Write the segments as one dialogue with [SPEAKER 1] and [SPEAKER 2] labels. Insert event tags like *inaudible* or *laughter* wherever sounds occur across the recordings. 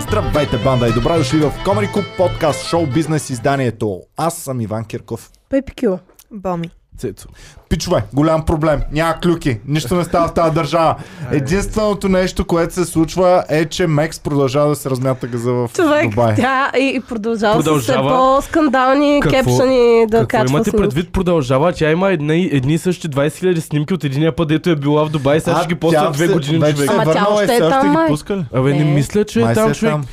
[SPEAKER 1] Здравейте, банда и добра дошли в Comedy Club подкаст, шоу бизнес изданието. Аз съм Иван Кирков.
[SPEAKER 2] Пепи Кюла.
[SPEAKER 3] Боми.
[SPEAKER 4] Цецо.
[SPEAKER 1] Пичове, голям проблем. Няма клюки. Нищо не става в тази държава.
[SPEAKER 2] Е.
[SPEAKER 1] Единственото нещо, което се случва е, че Мекс продължава да се размята газа в
[SPEAKER 2] Човек,
[SPEAKER 1] Дубай.
[SPEAKER 2] да, и, и продължава,
[SPEAKER 4] Продължава.
[SPEAKER 2] с по-скандални
[SPEAKER 4] Какво-
[SPEAKER 2] кепшени да
[SPEAKER 4] Какво
[SPEAKER 2] качва
[SPEAKER 4] имате
[SPEAKER 2] снимки.
[SPEAKER 4] предвид продължава? Тя има едни, едни и същи 20 000 снимки от единия път, дето е била в Дубай, сега
[SPEAKER 1] А,
[SPEAKER 4] ще ги после
[SPEAKER 1] тя
[SPEAKER 4] две
[SPEAKER 1] се-
[SPEAKER 4] години
[SPEAKER 1] вече
[SPEAKER 4] човек.
[SPEAKER 1] се
[SPEAKER 2] Ама тя
[SPEAKER 1] върнала и
[SPEAKER 2] още е
[SPEAKER 1] все още
[SPEAKER 2] там,
[SPEAKER 1] ги
[SPEAKER 2] май.
[SPEAKER 1] пускали.
[SPEAKER 4] Абе, не
[SPEAKER 2] Не.
[SPEAKER 4] мисля, че е
[SPEAKER 1] Май се
[SPEAKER 4] там
[SPEAKER 1] е
[SPEAKER 4] човек.
[SPEAKER 1] там.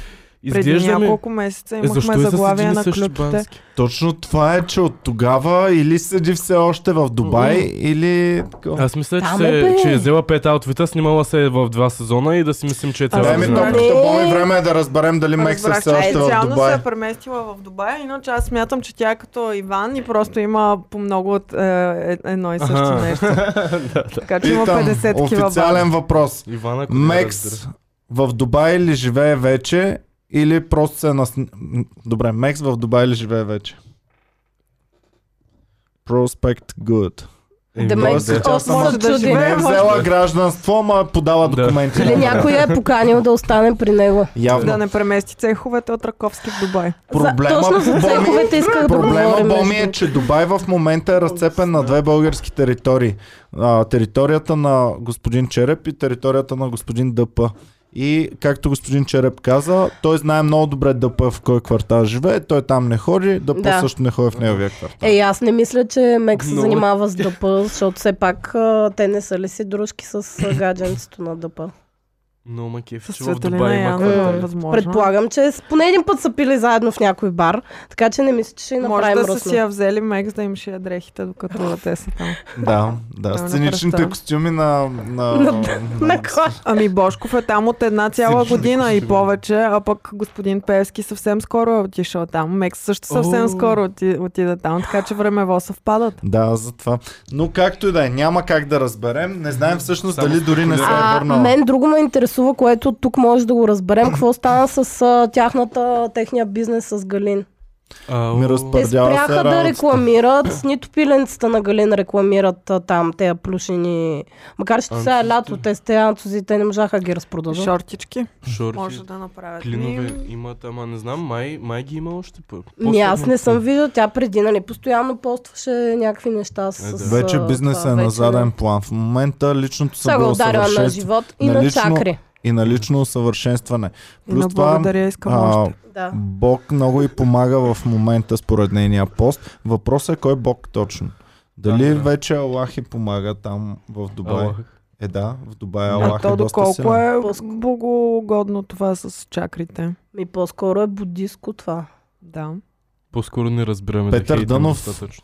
[SPEAKER 3] Преди
[SPEAKER 4] Изглежда ми.
[SPEAKER 3] няколко месеца
[SPEAKER 4] Е, защо
[SPEAKER 3] имахме
[SPEAKER 4] и са седи
[SPEAKER 3] заглавия
[SPEAKER 4] на
[SPEAKER 3] на
[SPEAKER 4] същи
[SPEAKER 3] клюките.
[SPEAKER 4] бански?
[SPEAKER 1] Точно това е, че от тогава или седи все още в Дубай, или...
[SPEAKER 4] Аз мисля, че,
[SPEAKER 2] Там е,
[SPEAKER 4] се,
[SPEAKER 2] бе.
[SPEAKER 4] че е взела 5 аутфита, снимала се е в два сезона и да си мислим, че е цяла
[SPEAKER 1] Дай ми
[SPEAKER 4] година.
[SPEAKER 2] разбрах.
[SPEAKER 1] топката,
[SPEAKER 2] Не.
[SPEAKER 1] Боми, време е да разберем дали Мекс е
[SPEAKER 3] Разбрах,
[SPEAKER 1] все
[SPEAKER 3] че
[SPEAKER 1] още в
[SPEAKER 3] специално се
[SPEAKER 1] Дубай.
[SPEAKER 3] е преместила в Дубай, иначе аз смятам, че тя е като Иван и просто има по много от е, е- едно и също
[SPEAKER 4] Аха. *laughs*
[SPEAKER 3] нещо. Така че има
[SPEAKER 1] Питам,
[SPEAKER 3] 50 такива бази.
[SPEAKER 1] официален въпрос.
[SPEAKER 4] Ивана, ако не
[SPEAKER 1] Мекс
[SPEAKER 4] разбира.
[SPEAKER 1] в Дубай ли живее вече или просто се е нас... М, Добре, Мекс в Дубай ли живее вече? Prospect Good.
[SPEAKER 4] Еми,
[SPEAKER 2] Да,
[SPEAKER 4] добре,
[SPEAKER 2] Мекс
[SPEAKER 4] де.
[SPEAKER 1] тя
[SPEAKER 2] от
[SPEAKER 1] сама
[SPEAKER 2] може
[SPEAKER 3] се
[SPEAKER 2] да
[SPEAKER 3] чуди.
[SPEAKER 2] чуди.
[SPEAKER 1] Не е
[SPEAKER 3] Е, може
[SPEAKER 1] взела гражданство, ма е подала
[SPEAKER 4] Да.
[SPEAKER 1] документи.
[SPEAKER 2] Или някой я е поканил да остане при него.
[SPEAKER 3] Да
[SPEAKER 1] Явно.
[SPEAKER 3] не премести цеховете от Раковски в Дубай.
[SPEAKER 1] Проблема,
[SPEAKER 2] за, точно за
[SPEAKER 1] Боми-
[SPEAKER 2] цеховете исках да
[SPEAKER 1] Проблема,
[SPEAKER 2] поговорим.
[SPEAKER 1] Боми,
[SPEAKER 2] между
[SPEAKER 1] е, че Дубай в момента е разцепен на две български територии. А, територията на господин Череп и територията на господин ДП. И както господин Череп каза, той знае много добре ДП в кой квартал живее, той там не ходи, ДП
[SPEAKER 2] Да.
[SPEAKER 1] също не ходи в неговия квартал.
[SPEAKER 2] Е, аз не мисля, че Мек се
[SPEAKER 4] Много-
[SPEAKER 2] занимава с дъпа, защото все пак а, те не са ли си дружки с а, гадженцето на дъпа.
[SPEAKER 4] Но ма кеф,
[SPEAKER 3] С
[SPEAKER 4] че в
[SPEAKER 3] Светелина
[SPEAKER 4] Дубай
[SPEAKER 3] и
[SPEAKER 4] има
[SPEAKER 3] Янко
[SPEAKER 2] квартал.
[SPEAKER 3] е
[SPEAKER 4] квартали.
[SPEAKER 3] възможно.
[SPEAKER 2] Предполагам, че с- поне един път са пили заедно в някой бар, така че не мисля, че ще й
[SPEAKER 3] Може
[SPEAKER 2] направим
[SPEAKER 3] да са
[SPEAKER 2] ръсно.
[SPEAKER 3] си я взели Мекс да им шия дрехите, докато те са там.
[SPEAKER 1] Да, да.
[SPEAKER 3] Няма да
[SPEAKER 1] Сценичните
[SPEAKER 3] представя.
[SPEAKER 1] костюми на... на,
[SPEAKER 2] На-
[SPEAKER 1] на
[SPEAKER 2] На кой?
[SPEAKER 3] Ами Бошков е там от една цяла
[SPEAKER 4] Всички
[SPEAKER 3] година и
[SPEAKER 4] сигурно.
[SPEAKER 3] повече, а пък господин Певски съвсем скоро е отишъл там. Мекс също съвсем
[SPEAKER 4] О.
[SPEAKER 3] скоро оти, отида там, така че времево съвпадат.
[SPEAKER 1] да, за това. Но както и да е, няма как да разберем. Не знаем всъщност
[SPEAKER 4] Само
[SPEAKER 1] дали дори не се е
[SPEAKER 2] А,
[SPEAKER 1] върнала.
[SPEAKER 2] мен друго ме интересува, което тук може да го разберем. Какво стана с а, тяхната, техния бизнес с Галин?
[SPEAKER 4] Ау.
[SPEAKER 1] Ми
[SPEAKER 2] Те
[SPEAKER 1] разпърдява се
[SPEAKER 2] спряха да
[SPEAKER 1] работата.
[SPEAKER 2] рекламират, нито пиленцата на Галин рекламират а, там, тези плюшени. Макар, че сега е
[SPEAKER 1] Ами,
[SPEAKER 4] Анцузите.
[SPEAKER 2] лято, те с тези анцузи, те не можаха да ги разпродадат.
[SPEAKER 3] Шортички
[SPEAKER 4] Шорти,
[SPEAKER 3] може да направят.
[SPEAKER 4] Клинове
[SPEAKER 3] Ми,
[SPEAKER 4] имат, ама не знам, май, май ги има още пък.
[SPEAKER 2] Ми аз не съм виждал, тя преди, нали, постоянно постваше някакви неща с...
[SPEAKER 4] Е, да.
[SPEAKER 2] с,
[SPEAKER 1] Вече
[SPEAKER 2] а,
[SPEAKER 1] бизнесът
[SPEAKER 2] това,
[SPEAKER 1] е на
[SPEAKER 2] вече-
[SPEAKER 1] заден план. В момента личното
[SPEAKER 2] Сега го ударила на
[SPEAKER 1] самоусъвършенстване
[SPEAKER 2] живот и
[SPEAKER 1] На
[SPEAKER 2] на
[SPEAKER 1] лично-
[SPEAKER 2] чакри.
[SPEAKER 1] и на лично усъвършенстване.
[SPEAKER 3] и на
[SPEAKER 1] Плюс това,
[SPEAKER 3] благодаря искам
[SPEAKER 1] а,
[SPEAKER 3] още.
[SPEAKER 2] Да.
[SPEAKER 1] Бог много и помага в момента според нейния пост. Въпросът е кой Бог точно. Дали
[SPEAKER 4] Да, да.
[SPEAKER 1] вече Аллах и помага там в Дубай?
[SPEAKER 4] Аллах.
[SPEAKER 1] Е да, в Дубай
[SPEAKER 3] А
[SPEAKER 1] Аллах
[SPEAKER 3] то
[SPEAKER 1] е доста
[SPEAKER 3] доколко
[SPEAKER 1] силен.
[SPEAKER 3] е
[SPEAKER 2] Пуск.
[SPEAKER 3] богоугодно това с чакрите.
[SPEAKER 2] Ми по-скоро е буддистко това.
[SPEAKER 3] Да.
[SPEAKER 4] По-скоро не разбираме.
[SPEAKER 1] Петър
[SPEAKER 4] хейтим
[SPEAKER 1] Дънов.
[SPEAKER 4] достатъчно.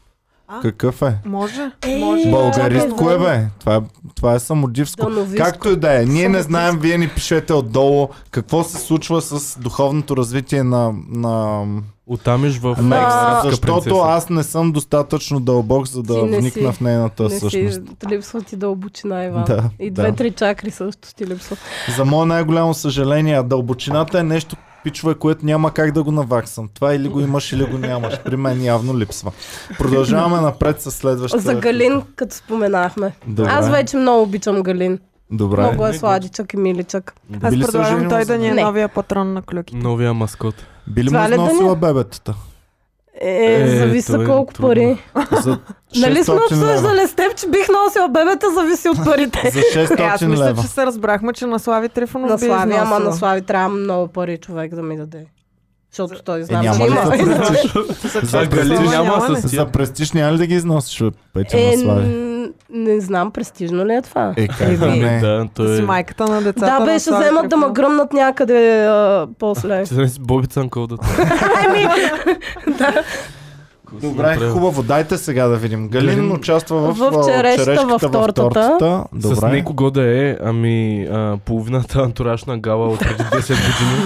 [SPEAKER 1] Какъв е?
[SPEAKER 3] Може.
[SPEAKER 2] Е,
[SPEAKER 3] може.
[SPEAKER 1] Българистко е
[SPEAKER 2] чакай,
[SPEAKER 1] бе. Това е, това е самодивско.
[SPEAKER 2] Дановиско.
[SPEAKER 1] Както и да е, ние не
[SPEAKER 2] Самодивско.
[SPEAKER 1] знаем, вие ни пишете отдолу какво се случва с духовното развитие на, на
[SPEAKER 4] Отамиш в
[SPEAKER 1] Мекс,
[SPEAKER 4] Арабска
[SPEAKER 1] защото
[SPEAKER 4] принцеса.
[SPEAKER 1] аз не съм достатъчно дълбок, за да
[SPEAKER 2] Ти не
[SPEAKER 1] вникна
[SPEAKER 2] си.
[SPEAKER 1] в нейната
[SPEAKER 2] Не
[SPEAKER 1] същност.
[SPEAKER 2] си, липсва ти дълбочина, Иван.
[SPEAKER 1] Да,
[SPEAKER 2] и
[SPEAKER 1] да.
[SPEAKER 2] две-три чакри също ти липсва.
[SPEAKER 1] За мое най-голямо съжаление, дълбочината е нещо, пичове, което няма как да го наваксам. Това или го имаш, или го нямаш. При мен явно липсва. Продължаваме напред с следващата.
[SPEAKER 2] За Галин, като споменахме.
[SPEAKER 1] е Добре.
[SPEAKER 2] Аз вече много обичам Галин.
[SPEAKER 1] Добре.
[SPEAKER 2] Много е
[SPEAKER 4] Не,
[SPEAKER 2] сладичък и миличък.
[SPEAKER 3] Аз
[SPEAKER 1] Били са
[SPEAKER 3] предлагам
[SPEAKER 1] женила
[SPEAKER 3] той
[SPEAKER 1] за
[SPEAKER 3] да ни е
[SPEAKER 2] Не.
[SPEAKER 3] новия патрон на клюките.
[SPEAKER 4] Новия маскот.
[SPEAKER 1] Били му
[SPEAKER 2] Това ли да
[SPEAKER 1] износила бебетата?
[SPEAKER 2] Е,
[SPEAKER 4] Е,
[SPEAKER 2] зависи
[SPEAKER 4] то е
[SPEAKER 2] колко
[SPEAKER 4] трудно.
[SPEAKER 2] пари.
[SPEAKER 1] За 600
[SPEAKER 2] *laughs* Нали сме
[SPEAKER 1] лева.
[SPEAKER 2] обсъждали с теб, че бих носила бебета, зависи от парите.
[SPEAKER 1] За
[SPEAKER 3] Е, аз
[SPEAKER 1] 600
[SPEAKER 3] мисля,
[SPEAKER 1] лева.
[SPEAKER 3] че се разбрахме, че на Слави Трифонов
[SPEAKER 2] на
[SPEAKER 3] би
[SPEAKER 2] Слави, ама
[SPEAKER 3] износила.
[SPEAKER 2] на Слави трябва много пари човек да ми даде. Защото той
[SPEAKER 1] Е,
[SPEAKER 2] знам, че
[SPEAKER 1] няма ли да
[SPEAKER 2] има. *laughs*
[SPEAKER 1] престиж? За
[SPEAKER 4] За Галин
[SPEAKER 1] престиж,
[SPEAKER 4] няма
[SPEAKER 3] няма
[SPEAKER 4] с
[SPEAKER 1] за
[SPEAKER 4] тя.
[SPEAKER 1] престиж няма ли да ги износиш, бе, Петя
[SPEAKER 2] Е,
[SPEAKER 1] на Слави?
[SPEAKER 2] н- не знам, престижно ли е това?
[SPEAKER 1] Е, как да
[SPEAKER 3] Еми,
[SPEAKER 1] не?
[SPEAKER 4] Да,
[SPEAKER 3] Си
[SPEAKER 4] той *laughs* е...
[SPEAKER 3] майката на децата.
[SPEAKER 2] да,
[SPEAKER 3] на
[SPEAKER 2] бе, ще
[SPEAKER 3] Слави
[SPEAKER 2] вземат да ме
[SPEAKER 3] Трифонов.
[SPEAKER 2] гръмнат някъде а,
[SPEAKER 1] *laughs*
[SPEAKER 2] после.
[SPEAKER 4] Ти не си Боби Цанков да
[SPEAKER 1] Добре, хубаво. Дайте сега да видим. Галин
[SPEAKER 4] Галин
[SPEAKER 1] участва в,
[SPEAKER 2] в
[SPEAKER 1] а,
[SPEAKER 2] черешката,
[SPEAKER 1] черешката,
[SPEAKER 2] в тортата.
[SPEAKER 1] Добре.
[SPEAKER 4] С никого да е, ами а, половината антураж на Гала от преди 10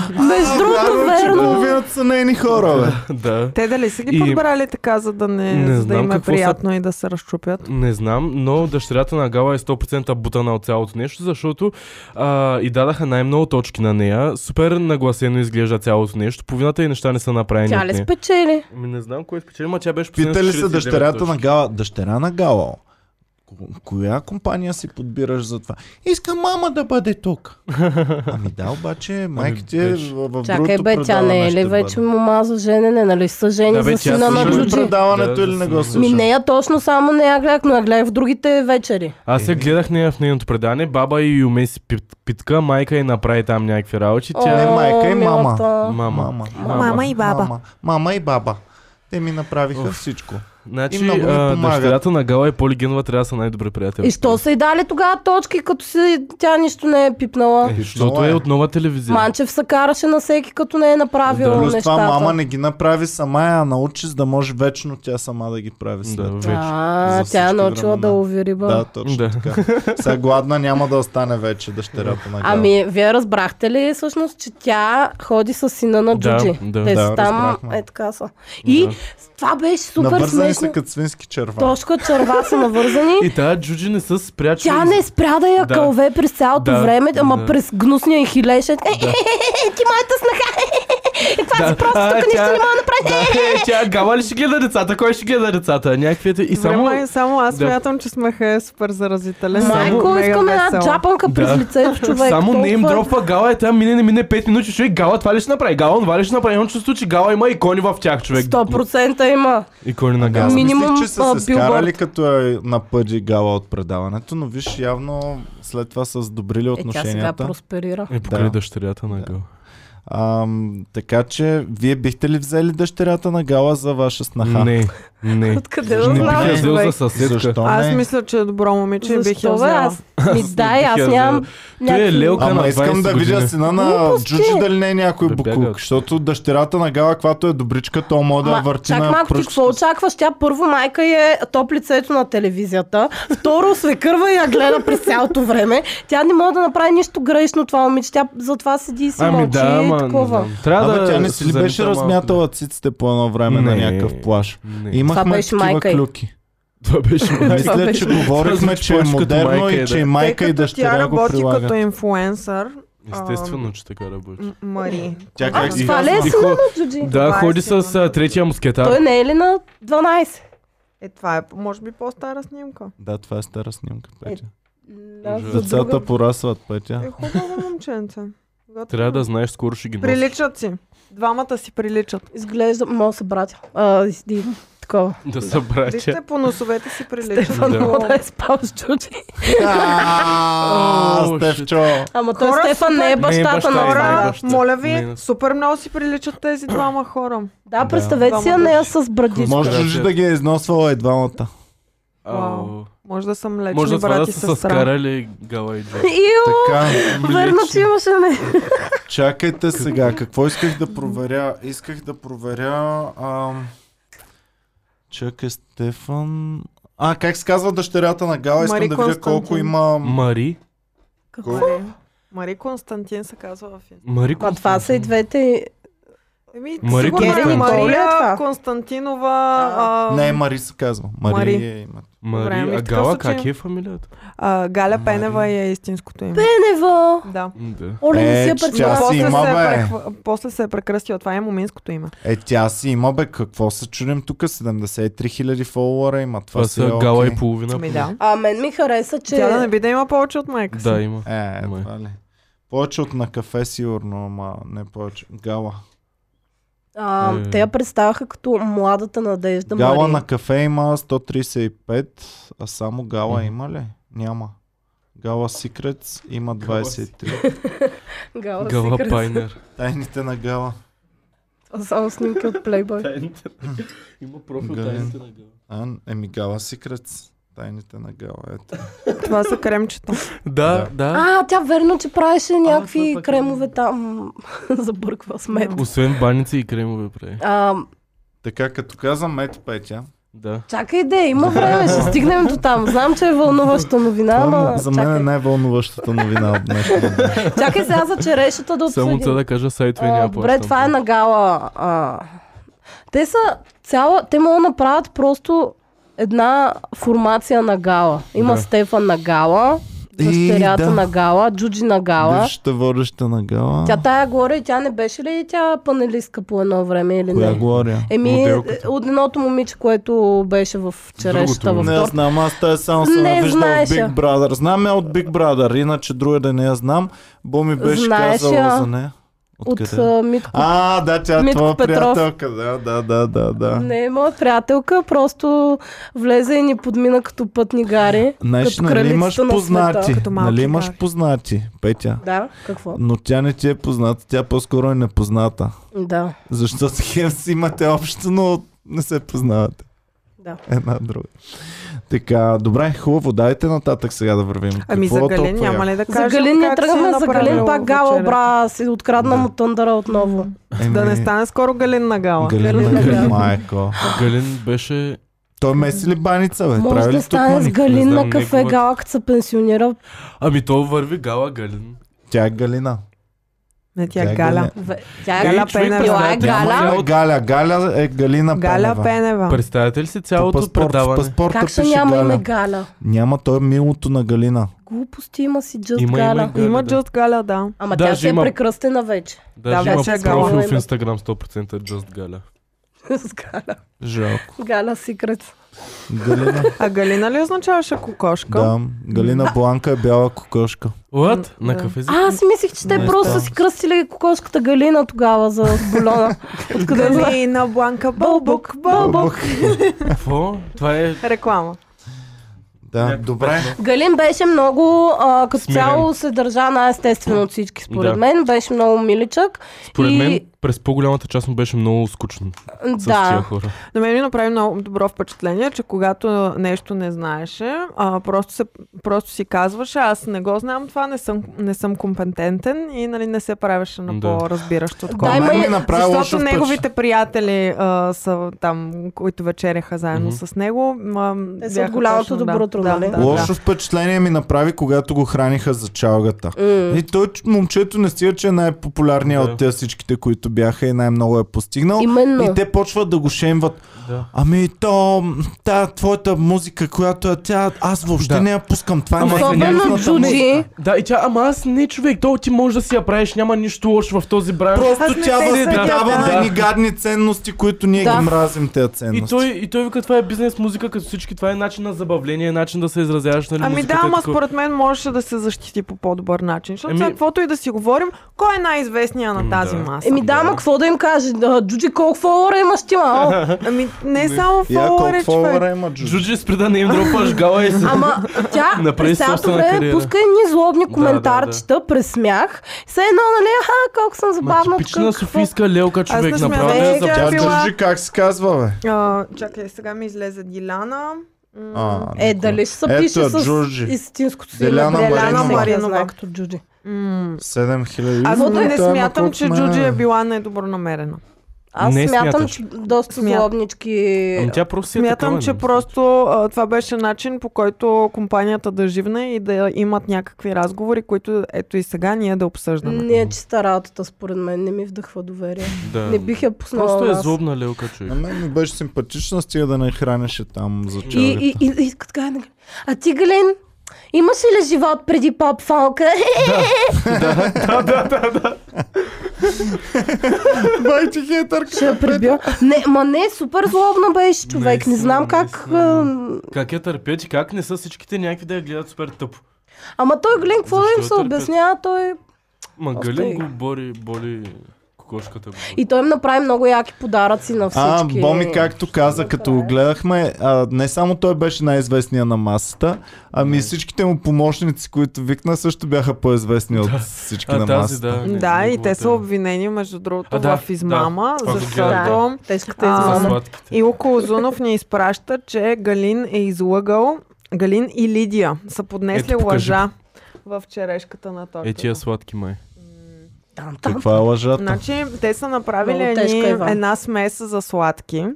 [SPEAKER 2] Между другото,
[SPEAKER 1] Вярвам, че
[SPEAKER 2] верно.
[SPEAKER 1] половината са нейни хора, бе.
[SPEAKER 4] години. *laughs* да.
[SPEAKER 3] Те дали са ги
[SPEAKER 4] И-
[SPEAKER 3] подбрали така, за да, не,
[SPEAKER 4] Не
[SPEAKER 3] за да
[SPEAKER 4] знам
[SPEAKER 3] им е
[SPEAKER 4] какво са-
[SPEAKER 3] приятно и да се разчупят?
[SPEAKER 4] Не знам, но дъщерята на Гала е 100% бутана от цялото нещо, защото а, и дадаха най-много точки на нея. Супер нагласено изглежда цялото нещо. Половината и неща не са направени
[SPEAKER 2] Тя
[SPEAKER 4] от
[SPEAKER 2] ли
[SPEAKER 4] нея.
[SPEAKER 2] спечели?
[SPEAKER 4] Ами не знам кой спечели, ма е тя беше последна с
[SPEAKER 1] Питали са
[SPEAKER 4] 49
[SPEAKER 1] дъщерята
[SPEAKER 4] точки.
[SPEAKER 1] на Гала. Дъщеря на Гала. ко- коя компания си подбираш за това? Искам мама да бъде тук. Ами да, обаче майките
[SPEAKER 4] беше.
[SPEAKER 1] в, в
[SPEAKER 2] Чакай
[SPEAKER 1] другото
[SPEAKER 2] бе, тя не е ли вече мома за женене, нали са жени
[SPEAKER 4] Да, бе,
[SPEAKER 2] за
[SPEAKER 4] тя
[SPEAKER 2] сина на
[SPEAKER 4] слуша ли
[SPEAKER 1] Слушаш ли
[SPEAKER 2] чужи?
[SPEAKER 1] предаването
[SPEAKER 4] Да,
[SPEAKER 1] или не го
[SPEAKER 4] да,
[SPEAKER 1] слушаш?
[SPEAKER 2] Ми нея точно само не я гледах, но я гледах в другите вечери.
[SPEAKER 4] Аз я гледах нея в нейното предание. Баба и уме си пит- питка, майка и направи там някакви работи. Тя
[SPEAKER 1] О, е майка и мама.
[SPEAKER 2] милата.
[SPEAKER 4] Мама.
[SPEAKER 1] Мама.
[SPEAKER 3] Мама и баба.
[SPEAKER 1] Мама, мама и баба. Те ми направиха всичко. и
[SPEAKER 4] Значи,
[SPEAKER 1] много ми
[SPEAKER 4] а,
[SPEAKER 1] помагат.
[SPEAKER 4] дъщерята на Гала и Полигенова трябва да са най-добри приятели.
[SPEAKER 2] И що са и дали тогава точки, като си тя нищо не е пипнала?
[SPEAKER 4] Е,
[SPEAKER 1] Пипнала
[SPEAKER 4] защото
[SPEAKER 1] е.
[SPEAKER 4] е от нова телевизия.
[SPEAKER 2] Манчев се караше на всеки, като не е направил
[SPEAKER 4] Да.
[SPEAKER 1] Плюс
[SPEAKER 2] нещата.
[SPEAKER 1] това мама не е ги направи сама, а я научи, за да може вечно тя сама да ги прави след.
[SPEAKER 4] Да,
[SPEAKER 1] Да,
[SPEAKER 4] вече.
[SPEAKER 2] А,
[SPEAKER 1] За
[SPEAKER 2] тя е
[SPEAKER 1] всички
[SPEAKER 2] научила
[SPEAKER 1] времена.
[SPEAKER 2] да лови риба.
[SPEAKER 1] да точно
[SPEAKER 4] Да.
[SPEAKER 1] така. Сега гладна няма да остане вече дъщерята на Гала.
[SPEAKER 2] Ами, вие разбрахте ли всъщност, че тя ходи с сина на
[SPEAKER 4] Да,
[SPEAKER 2] Джуджи?
[SPEAKER 4] да.
[SPEAKER 2] Те
[SPEAKER 1] Да,
[SPEAKER 2] са там,
[SPEAKER 1] разбрахме.
[SPEAKER 2] е така са. И
[SPEAKER 4] Да.
[SPEAKER 2] това беше супер
[SPEAKER 1] Навързани
[SPEAKER 2] смешно.
[SPEAKER 1] са като свински черва.
[SPEAKER 2] Точка черва са навързани.
[SPEAKER 4] И тая Джуджи не са спрячали.
[SPEAKER 2] Тя не спря да я
[SPEAKER 4] Да.
[SPEAKER 2] кълве през цялото
[SPEAKER 4] Да.
[SPEAKER 2] време, ама
[SPEAKER 4] Да.
[SPEAKER 2] през гнусния и хилеше. Е, е, е, е, ти моята снаха! Е, Каква си просто тук нищо не мога да направи.
[SPEAKER 4] Да, тя гала ли ще гледа децата? Кой ще гледа децата? Някакви ето- и
[SPEAKER 3] Само...
[SPEAKER 4] е, само...
[SPEAKER 2] е
[SPEAKER 3] Време, само аз
[SPEAKER 4] Да.
[SPEAKER 3] смятам, че смеха е супер заразителен.
[SPEAKER 2] Майко,
[SPEAKER 3] Мега
[SPEAKER 2] искам една
[SPEAKER 3] весел.
[SPEAKER 2] джапанка през
[SPEAKER 4] Да.
[SPEAKER 2] лицето, човек.
[SPEAKER 4] Само не им
[SPEAKER 2] Толкова е
[SPEAKER 4] дропва гала е тя мине, не мине 5 минути, човек. Гала това ли ще направи? Гала това ли ще направи? Имам чувство, че гала има икони в тях, човек.
[SPEAKER 2] 100%
[SPEAKER 4] Е,
[SPEAKER 2] има.
[SPEAKER 4] Икони на
[SPEAKER 1] Аз
[SPEAKER 4] гала.
[SPEAKER 2] Ми-
[SPEAKER 1] мислих,
[SPEAKER 2] Минимум,
[SPEAKER 1] че
[SPEAKER 2] а,
[SPEAKER 1] са се
[SPEAKER 2] билборд.
[SPEAKER 1] скарали като е напъди Гала от предаването, но виж явно след това са сдобрили
[SPEAKER 2] Е, тя сега
[SPEAKER 1] отношенията.
[SPEAKER 2] просперира.
[SPEAKER 4] Е, покрай
[SPEAKER 1] Да.
[SPEAKER 4] дъщерята на гала.
[SPEAKER 1] Ам, така че, вие бихте ли взели дъщерята на Гала за ваша снаха?
[SPEAKER 4] Не, не.
[SPEAKER 2] Откъде
[SPEAKER 1] Не
[SPEAKER 2] да
[SPEAKER 1] бих
[SPEAKER 4] Бих я
[SPEAKER 2] знам?
[SPEAKER 4] взел за
[SPEAKER 2] човек?
[SPEAKER 4] съседка.
[SPEAKER 1] Защо
[SPEAKER 3] Аз
[SPEAKER 1] не?
[SPEAKER 3] мисля, че е добро момиче и бих я
[SPEAKER 2] Защо бе?
[SPEAKER 3] взела.
[SPEAKER 2] Аз... Ми да,
[SPEAKER 4] бих я
[SPEAKER 2] аз нямам...
[SPEAKER 4] взел. Той е
[SPEAKER 2] някакви-
[SPEAKER 4] лелка на
[SPEAKER 1] Ама
[SPEAKER 4] 20
[SPEAKER 1] искам да
[SPEAKER 4] години.
[SPEAKER 1] видя сина на
[SPEAKER 2] Глупости.
[SPEAKER 1] Джуджи дали не е някой
[SPEAKER 4] Да бягат.
[SPEAKER 1] буклук, защото дъщерята на Гала, когато е добричка, то мога да
[SPEAKER 2] Ма,
[SPEAKER 1] върти
[SPEAKER 2] чак
[SPEAKER 1] на
[SPEAKER 2] малко, ти какво
[SPEAKER 1] пръчета.
[SPEAKER 2] очакваш? Тя първо майка й е топ лицето на телевизията, второ свекърва и я гледа през цялото време. Тя не може да направи нищо грешно това момиче, тя затова седи и си
[SPEAKER 4] Ами
[SPEAKER 2] мълчи
[SPEAKER 4] да,
[SPEAKER 2] и
[SPEAKER 4] ама...
[SPEAKER 2] такова.
[SPEAKER 4] не знам. Трябва
[SPEAKER 1] Абе,
[SPEAKER 4] да...
[SPEAKER 1] тя не си ли
[SPEAKER 4] се
[SPEAKER 1] беше
[SPEAKER 4] занима малко.
[SPEAKER 1] размятала циците по едно време на
[SPEAKER 4] Не.
[SPEAKER 1] някакъв плаж?
[SPEAKER 4] Не. *laughs*
[SPEAKER 2] Това
[SPEAKER 1] Имахме
[SPEAKER 2] беше
[SPEAKER 1] такива
[SPEAKER 2] майка й.
[SPEAKER 1] клюки.
[SPEAKER 4] Това
[SPEAKER 2] *laughs*
[SPEAKER 4] беше...
[SPEAKER 2] Това
[SPEAKER 1] Мисля,
[SPEAKER 2] беше-
[SPEAKER 1] че говорихме, че е
[SPEAKER 4] Повече като
[SPEAKER 1] модерно
[SPEAKER 4] майка е,
[SPEAKER 1] и че
[SPEAKER 4] да.
[SPEAKER 1] и
[SPEAKER 3] Тъй
[SPEAKER 1] майка и
[SPEAKER 3] като тя
[SPEAKER 1] дъщеря го
[SPEAKER 3] работи като
[SPEAKER 1] прилагат.
[SPEAKER 3] инфлуенсър,
[SPEAKER 4] Естествено, че така работи.
[SPEAKER 3] М- Мари.
[SPEAKER 1] Тя
[SPEAKER 2] А,
[SPEAKER 1] как си
[SPEAKER 2] това ли е
[SPEAKER 4] И
[SPEAKER 2] сина
[SPEAKER 4] хо-
[SPEAKER 2] на Джуджи?
[SPEAKER 4] Да,
[SPEAKER 3] Това е
[SPEAKER 4] ходи с
[SPEAKER 3] силно.
[SPEAKER 4] а, третия мускетар.
[SPEAKER 2] Той не е ли на 12?
[SPEAKER 3] Е, това е, може би, по-стара снимка.
[SPEAKER 1] Да, това е стара снимка, Петя.
[SPEAKER 2] Да, за
[SPEAKER 1] Децата
[SPEAKER 2] друга.
[SPEAKER 1] порасват,
[SPEAKER 2] *laughs*
[SPEAKER 1] Петя.
[SPEAKER 3] Е, хубаво момченце. Готино.
[SPEAKER 4] Трябва да знаеш, скоро ще ги *laughs* носиш.
[SPEAKER 3] Приличат си. Двамата си приличат.
[SPEAKER 2] Изглежда, мога да се братя. А, и- такова.
[SPEAKER 4] Да се братя.
[SPEAKER 3] Вижте, по носовете си приличат.
[SPEAKER 2] Стефан
[SPEAKER 4] Да.
[SPEAKER 2] мога да е спал с Джуджи.
[SPEAKER 1] А,
[SPEAKER 4] О,
[SPEAKER 1] Стефчо!
[SPEAKER 2] Ама той
[SPEAKER 3] Хора,
[SPEAKER 2] Стефан не е
[SPEAKER 3] супер.
[SPEAKER 2] бащата
[SPEAKER 4] баща
[SPEAKER 2] на
[SPEAKER 4] е, не е
[SPEAKER 2] Рада.
[SPEAKER 3] Хора,
[SPEAKER 4] баща.
[SPEAKER 3] моля
[SPEAKER 4] Не,
[SPEAKER 3] ви,
[SPEAKER 4] не.
[SPEAKER 3] супер много си приличат тези двама хора.
[SPEAKER 2] Да, представете
[SPEAKER 3] Да.
[SPEAKER 2] си я нея с брадичка.
[SPEAKER 1] Може
[SPEAKER 4] Инспирация.
[SPEAKER 1] Жужи да ги е износвала и двамата.
[SPEAKER 4] Ау.
[SPEAKER 3] Може да са млечни
[SPEAKER 4] Може да това
[SPEAKER 3] брат
[SPEAKER 4] да
[SPEAKER 3] и
[SPEAKER 4] са
[SPEAKER 3] сестра.
[SPEAKER 4] скарали гала и *laughs* джо.
[SPEAKER 2] Ио,
[SPEAKER 1] Така,
[SPEAKER 2] верно, че имаше не.
[SPEAKER 1] чакайте сега. Какво исках да проверя? Исках да проверя... Ам... Чакай, Стефан... А, как се казва дъщерята на Гала? Искам
[SPEAKER 3] Мари
[SPEAKER 1] да видя
[SPEAKER 3] Константин.
[SPEAKER 1] колко има...
[SPEAKER 4] Мари?
[SPEAKER 2] Какво?
[SPEAKER 3] Мари. Мари Константин се казва в Инстаграм.
[SPEAKER 4] Мари
[SPEAKER 2] А това са и
[SPEAKER 4] Константин.
[SPEAKER 2] двете.
[SPEAKER 3] Еми,
[SPEAKER 4] Мари
[SPEAKER 3] сигурно е
[SPEAKER 4] Константин.
[SPEAKER 2] Гери Никол ли е това?
[SPEAKER 3] Мария Константинова. а,
[SPEAKER 1] Не, Мари се казва. Мари,
[SPEAKER 3] Мари.
[SPEAKER 1] е името.
[SPEAKER 3] Добре, ами
[SPEAKER 4] Мари, а
[SPEAKER 3] в такъв
[SPEAKER 4] гала
[SPEAKER 3] случай-
[SPEAKER 4] как е фамилията?
[SPEAKER 3] а, Галя
[SPEAKER 4] Мари.
[SPEAKER 3] Пенева е истинското име.
[SPEAKER 2] Пенева!
[SPEAKER 3] Да.
[SPEAKER 4] М, Да.
[SPEAKER 2] Оле, не
[SPEAKER 1] Е,
[SPEAKER 2] си я
[SPEAKER 1] че тя
[SPEAKER 2] представя.
[SPEAKER 1] си има,
[SPEAKER 3] се е
[SPEAKER 1] бе.
[SPEAKER 3] прехва- после се е прекръстила. Това е моминското име.
[SPEAKER 1] Е, тя си има, бе, какво се чудим тук? 73 000 фолуара има. Това,
[SPEAKER 4] Това
[SPEAKER 1] си е
[SPEAKER 4] са гала
[SPEAKER 1] окей.
[SPEAKER 4] и половина.
[SPEAKER 3] Ами
[SPEAKER 4] поне.
[SPEAKER 3] да.
[SPEAKER 2] А мен ми хареса, че...
[SPEAKER 3] Тя да не би да има повече от майка си.
[SPEAKER 4] Да, има.
[SPEAKER 1] Е,
[SPEAKER 4] Май.
[SPEAKER 1] това ли? Повече от на кафе сигурно, ама не повече. Гала.
[SPEAKER 2] а,
[SPEAKER 4] Е.
[SPEAKER 2] те я представяха като младата надежда
[SPEAKER 1] гала
[SPEAKER 2] Мария.
[SPEAKER 1] на кафе има 135, а само гала
[SPEAKER 4] Мгм.
[SPEAKER 1] има ли? Няма. Гала Secrets има 23.
[SPEAKER 2] Гала,
[SPEAKER 4] Гала
[SPEAKER 2] Секрет.
[SPEAKER 4] Пайнер.
[SPEAKER 1] Тайните на гала.
[SPEAKER 2] Това Само снимки от Playboy.
[SPEAKER 4] Има
[SPEAKER 1] профил Гален. тайните на А, еми гала Secrets. Тайните на гала. Ето.
[SPEAKER 3] Това са кремчета.
[SPEAKER 4] Да, да.
[SPEAKER 2] А, тя верно, че правеше някакви
[SPEAKER 4] това пък е.
[SPEAKER 2] кремове там. *laughs* Забърква смет.
[SPEAKER 4] Освен баници и кремове прави.
[SPEAKER 2] А,
[SPEAKER 1] Така, като казвам, ето Петя.
[SPEAKER 4] Да.
[SPEAKER 2] чакай да е, има време, ще стигнем до там. Знам, че е вълнуваща новина,
[SPEAKER 1] Това
[SPEAKER 2] ама
[SPEAKER 1] м- за мен е
[SPEAKER 2] чакай.
[SPEAKER 1] най-вълнуващата новина от днешния ден.
[SPEAKER 2] чакай сега за черешата да обсъдим.
[SPEAKER 4] Само това да кажа сайтове
[SPEAKER 2] А,
[SPEAKER 4] няма
[SPEAKER 2] Добре, това е на гала. А, те са цяла... Те могат да направят просто една формация на гала. Има
[SPEAKER 4] Да.
[SPEAKER 2] Стефан на гала. дъщерята
[SPEAKER 1] да.
[SPEAKER 2] на Гала, Джуджи на Гала.
[SPEAKER 1] Бившата водеща на гала.
[SPEAKER 2] Тя тая горе, тя не беше ли тя панелистка по едно време или
[SPEAKER 1] Коя
[SPEAKER 2] не?
[SPEAKER 1] Глория?
[SPEAKER 2] Еми,
[SPEAKER 4] Моделката.
[SPEAKER 2] от едното момиче, което беше в черешата
[SPEAKER 4] Другото
[SPEAKER 2] Е, във
[SPEAKER 1] Не я
[SPEAKER 2] втор.
[SPEAKER 1] знам, аз тази само съм
[SPEAKER 2] Не
[SPEAKER 1] я виждал от
[SPEAKER 2] знаеш я.
[SPEAKER 1] Big Brother. Знам я от Big Brother, иначе друга да не я знам. Бо ми беше
[SPEAKER 2] Знаеш я
[SPEAKER 1] казала за нея.
[SPEAKER 2] От
[SPEAKER 1] Откъде?
[SPEAKER 2] а, Митко.
[SPEAKER 1] А, да, тя е
[SPEAKER 2] Митко
[SPEAKER 1] твоя
[SPEAKER 2] Петров.
[SPEAKER 1] приятелка. Да, да, да, да, да.
[SPEAKER 2] Не е моя приятелка, просто влезе и ни подмина като пътнигари.
[SPEAKER 1] Знаеш,
[SPEAKER 2] като
[SPEAKER 1] нали
[SPEAKER 2] кралицата
[SPEAKER 1] имаш
[SPEAKER 2] на
[SPEAKER 1] познати,
[SPEAKER 2] света.
[SPEAKER 3] като малки
[SPEAKER 1] нали имаш
[SPEAKER 3] гари.
[SPEAKER 1] познати, Петя.
[SPEAKER 2] Да, какво?
[SPEAKER 1] Но тя не ти е позната, тя по-скоро е непозната.
[SPEAKER 2] Да,
[SPEAKER 1] Защото хем си имате общо, но не се познавате
[SPEAKER 2] да.
[SPEAKER 1] една друга. Така, добре, хубаво, дайте нататък сега да вървим.
[SPEAKER 3] Ами за
[SPEAKER 1] Какво е
[SPEAKER 3] Галин
[SPEAKER 1] толкова
[SPEAKER 3] няма
[SPEAKER 1] яко?
[SPEAKER 3] ли да
[SPEAKER 2] За
[SPEAKER 3] кажем
[SPEAKER 2] Галин не
[SPEAKER 3] как си е
[SPEAKER 2] тръгваме, за
[SPEAKER 3] направила
[SPEAKER 2] Галин пак Гала,
[SPEAKER 3] вечерята?
[SPEAKER 2] бра, си открадна му тъндъра отново.
[SPEAKER 1] Еми,
[SPEAKER 3] Да не стане скоро Галин на гала.
[SPEAKER 1] Ами- Галин
[SPEAKER 2] Галин
[SPEAKER 1] на
[SPEAKER 2] на
[SPEAKER 1] Галин,
[SPEAKER 2] Галин.
[SPEAKER 1] майко.
[SPEAKER 4] Галин беше...
[SPEAKER 1] Той меси ли баница, бе?
[SPEAKER 2] Може
[SPEAKER 1] Прави ли
[SPEAKER 2] да стане с
[SPEAKER 1] стукмани?
[SPEAKER 4] Не
[SPEAKER 2] Галин
[SPEAKER 4] знам,
[SPEAKER 2] на
[SPEAKER 4] не
[SPEAKER 2] кафе
[SPEAKER 4] говоря.
[SPEAKER 2] Гала, като се пенсионира.
[SPEAKER 4] Ами то върви гала Галин.
[SPEAKER 1] Тя е Галина.
[SPEAKER 3] Не,
[SPEAKER 1] Тя е
[SPEAKER 3] тя Галя.
[SPEAKER 2] Ве- Тя
[SPEAKER 3] Галя
[SPEAKER 2] е
[SPEAKER 4] Ей, човек,
[SPEAKER 3] Пенева.
[SPEAKER 2] Била е
[SPEAKER 4] представете ли си
[SPEAKER 2] Галя.
[SPEAKER 1] Няма
[SPEAKER 4] цялото-
[SPEAKER 1] ли Галя. Галя е Галина
[SPEAKER 3] Галя
[SPEAKER 1] Пенева.
[SPEAKER 3] Пенева.
[SPEAKER 4] Представете ли си
[SPEAKER 1] По
[SPEAKER 4] цялото
[SPEAKER 1] паспорт, в
[SPEAKER 4] предаване?
[SPEAKER 1] паспорта
[SPEAKER 2] Как ще
[SPEAKER 1] пише
[SPEAKER 2] няма име
[SPEAKER 1] Галя.
[SPEAKER 2] Гала?
[SPEAKER 1] Няма, той е милото на Галина.
[SPEAKER 2] Глупости има си Just
[SPEAKER 4] Има,
[SPEAKER 2] Гала.
[SPEAKER 4] има.
[SPEAKER 3] Има
[SPEAKER 4] Да.
[SPEAKER 3] Just Галя, да.
[SPEAKER 2] Ама
[SPEAKER 4] Да,
[SPEAKER 2] тя
[SPEAKER 4] ще
[SPEAKER 2] си е
[SPEAKER 4] има-
[SPEAKER 2] прекръстена вече. *laughs*
[SPEAKER 4] Даже
[SPEAKER 3] Да,
[SPEAKER 4] има
[SPEAKER 3] вече е гала.
[SPEAKER 4] профил в Instagram 100% Just Галя.
[SPEAKER 2] с Гала.
[SPEAKER 1] Жалко.
[SPEAKER 2] Гала Секрет. *laughs*
[SPEAKER 1] Галина.
[SPEAKER 3] А Галина ли означаваше кокошка?
[SPEAKER 1] Да, Галина Бланка е бяла кокошка.
[SPEAKER 4] What? На
[SPEAKER 3] Да.
[SPEAKER 4] кафе си?
[SPEAKER 2] А, аз си мислех, че те
[SPEAKER 1] Не
[SPEAKER 2] просто
[SPEAKER 1] става.
[SPEAKER 2] си кръстили кокошката Галина тогава за *laughs* бульона. Откъде ли?
[SPEAKER 3] Галина Бланка Бълбук, Бълбук.
[SPEAKER 4] Какво? Това е...
[SPEAKER 3] Реклама.
[SPEAKER 1] Да, добре.
[SPEAKER 2] Галин беше много, а, като
[SPEAKER 4] Смирен.
[SPEAKER 2] цяло се държа най-естествено от всички, според
[SPEAKER 4] Да.
[SPEAKER 2] мен. Беше много миличък.
[SPEAKER 4] Според
[SPEAKER 2] И-
[SPEAKER 4] мен през по-голямата част му беше много скучно с тия
[SPEAKER 2] Да.
[SPEAKER 4] хора.
[SPEAKER 3] На мен ми направи много добро впечатление, че когато нещо не знаеше, а, просто, се, просто си казваше, аз не го знам това, не съм, не съм компетентен и нали, не се правеше на
[SPEAKER 4] Да.
[SPEAKER 3] по-разбиращо от
[SPEAKER 2] Да,
[SPEAKER 3] кого.
[SPEAKER 2] има
[SPEAKER 1] Мен ми
[SPEAKER 2] и-
[SPEAKER 1] направи лошо
[SPEAKER 3] е Защото
[SPEAKER 1] впечат-
[SPEAKER 3] неговите приятели а, са там, които вечеряха заедно
[SPEAKER 4] Мгм.
[SPEAKER 3] с него. А,
[SPEAKER 2] Те са от голямото добро трудно, нали?
[SPEAKER 1] Лошо впечатление ми направи, когато го храниха за чалгата.
[SPEAKER 2] М.
[SPEAKER 1] И той ч- момчето не стига, че е най-популярният
[SPEAKER 4] Да.
[SPEAKER 1] от тези всичките, които бяха и най-много е постигнал.
[SPEAKER 2] Именно.
[SPEAKER 1] И те почват да го шемват.
[SPEAKER 4] Да.
[SPEAKER 1] Ами то, м, та твоята музика, която е тя, аз въобще
[SPEAKER 4] Да.
[SPEAKER 1] не я пускам. Това е
[SPEAKER 4] Ама
[SPEAKER 2] Особено
[SPEAKER 1] най-гнусната музика.
[SPEAKER 2] Джуджи.
[SPEAKER 4] Да, и тя, ама аз не човек, то ти можеш да си я правиш, няма нищо лошо в този бранш.
[SPEAKER 3] Аз
[SPEAKER 1] Просто
[SPEAKER 3] не
[SPEAKER 1] тя
[SPEAKER 3] те съдя,
[SPEAKER 1] възпитава
[SPEAKER 4] да.
[SPEAKER 1] на едни гадни ценности, които ние
[SPEAKER 2] Да.
[SPEAKER 1] ги мразим тези ценности.
[SPEAKER 4] И той, и той вика, това е бизнес музика, като всички, това е начин на забавление, начин да се изразяваш, нали?
[SPEAKER 3] Ами
[SPEAKER 4] музиката е
[SPEAKER 3] да, ама
[SPEAKER 4] такова.
[SPEAKER 3] според мен можеше да се защити по по-добър начин. Защото
[SPEAKER 4] Еми-
[SPEAKER 3] сега каквото и да си говорим, кой е най-известният
[SPEAKER 4] М,
[SPEAKER 3] на тази
[SPEAKER 4] да.
[SPEAKER 3] маса?
[SPEAKER 2] Еми да, ама какво да им каже? Да, Джуджи, колко фолуара имаш ти,
[SPEAKER 4] *laughs*
[SPEAKER 2] ма? О,
[SPEAKER 3] Ами не само
[SPEAKER 1] Я
[SPEAKER 3] фолуари,
[SPEAKER 1] колко
[SPEAKER 3] човек.
[SPEAKER 1] фолуара има Джуджи.
[SPEAKER 4] Джуджи спри да не им дропаш гала и се...
[SPEAKER 2] Ама тя
[SPEAKER 4] Направи
[SPEAKER 2] през цялото
[SPEAKER 4] собствена
[SPEAKER 2] време
[SPEAKER 4] кариера.
[SPEAKER 2] пуска едни злобни
[SPEAKER 4] да,
[SPEAKER 2] коментарчета през смях. Все едно, нали, аха, колко съм
[SPEAKER 4] Ма,
[SPEAKER 2] забавна.
[SPEAKER 4] типична
[SPEAKER 2] какво-
[SPEAKER 4] софийска лелка,
[SPEAKER 3] не
[SPEAKER 4] човек,
[SPEAKER 3] смятам,
[SPEAKER 4] направо
[SPEAKER 3] че
[SPEAKER 4] не е
[SPEAKER 3] тя е
[SPEAKER 1] Тя
[SPEAKER 4] забавна.
[SPEAKER 3] била-
[SPEAKER 1] Джуджи как се казва, бе?
[SPEAKER 3] А, чакай, сега ми излезе Диляна. М,
[SPEAKER 1] А,
[SPEAKER 2] Е,
[SPEAKER 1] никога.
[SPEAKER 2] дали ще се
[SPEAKER 1] Ето
[SPEAKER 2] пише
[SPEAKER 1] я,
[SPEAKER 2] с
[SPEAKER 1] Джорджи.
[SPEAKER 2] истинското си
[SPEAKER 1] Деляна
[SPEAKER 2] име?
[SPEAKER 1] Маринова.
[SPEAKER 2] Всеки я
[SPEAKER 3] Маринова.
[SPEAKER 2] знае като Джуджи.
[SPEAKER 3] м.
[SPEAKER 1] 7000.
[SPEAKER 3] Аз
[SPEAKER 2] Ама
[SPEAKER 3] не
[SPEAKER 1] Та, ама
[SPEAKER 3] смятам,
[SPEAKER 1] колко
[SPEAKER 3] че
[SPEAKER 1] е сме?
[SPEAKER 3] Джуджи е била недобронамерена.
[SPEAKER 2] Аз
[SPEAKER 4] Не
[SPEAKER 2] смятам,
[SPEAKER 4] смяташ.
[SPEAKER 2] че доста
[SPEAKER 3] Смятам.
[SPEAKER 2] злобнички...
[SPEAKER 4] Ами тя просто си е
[SPEAKER 3] Смятам,
[SPEAKER 4] такава,
[SPEAKER 3] че
[SPEAKER 4] нали?
[SPEAKER 3] просто а, това беше начин по който компанията да живне и да имат някакви разговори, които ето и сега ние да обсъждаме.
[SPEAKER 2] Не е чиста работата, според мен. Не ми вдъхва доверие.
[SPEAKER 4] Да.
[SPEAKER 2] Не бих я пуснала
[SPEAKER 4] Просто е
[SPEAKER 2] нас.
[SPEAKER 4] злобна лелка, човек.
[SPEAKER 1] На мен ми беше симпатична, стига да не хранеше там за
[SPEAKER 2] И,
[SPEAKER 1] чалгата.
[SPEAKER 2] *laughs* и, и, и така е. нали, А ти, Галин, имаш ли живот преди поп фалка? *laughs*
[SPEAKER 1] Бай ти хейтърка!
[SPEAKER 2] Ще я прибия. Не, ма не, супер злобна беше човек. Не,
[SPEAKER 4] Наистина,
[SPEAKER 2] знам как...
[SPEAKER 4] наистина.
[SPEAKER 2] ам,
[SPEAKER 4] Как я търпят и как не са всичките някакви да я гледат супер тъпо.
[SPEAKER 2] Ама той, Галин, какво
[SPEAKER 4] Защо
[SPEAKER 2] им се
[SPEAKER 4] търпят?
[SPEAKER 2] обяснява? Той...
[SPEAKER 4] Ма
[SPEAKER 2] Остави.
[SPEAKER 4] Галин го бори, боли кокошката. го боли.
[SPEAKER 2] И той им направи много яки подаръци на
[SPEAKER 1] А,
[SPEAKER 2] всички.
[SPEAKER 1] Боми, както каза, като го гледахме, а, не само той беше най-известния на масата, ами всичките му помощници, които викна, също бяха по-известни от всички
[SPEAKER 4] А
[SPEAKER 1] на
[SPEAKER 4] тази, да.
[SPEAKER 1] масата.
[SPEAKER 4] не,
[SPEAKER 3] Да, и те
[SPEAKER 4] неговата
[SPEAKER 3] са
[SPEAKER 4] е.
[SPEAKER 3] обвинени, между другото,
[SPEAKER 4] А, да,
[SPEAKER 3] в измама,
[SPEAKER 4] да. Това го
[SPEAKER 3] защото
[SPEAKER 4] гледах,
[SPEAKER 2] Тежката
[SPEAKER 4] За
[SPEAKER 3] А,
[SPEAKER 2] измама.
[SPEAKER 4] сладките.
[SPEAKER 3] Илко Озунов ни изпраща, че Галин е излъгал, Галин и Лидия са поднесли
[SPEAKER 4] Ето, покажи.
[SPEAKER 3] лъжа в черешката на тортата.
[SPEAKER 4] Е, тия сладки май.
[SPEAKER 2] Там, там.
[SPEAKER 1] Каква е лъжата?
[SPEAKER 3] Значи, те са направили
[SPEAKER 2] Много тежка, е,
[SPEAKER 3] едни,
[SPEAKER 2] Иван.
[SPEAKER 3] една смеса за сладки.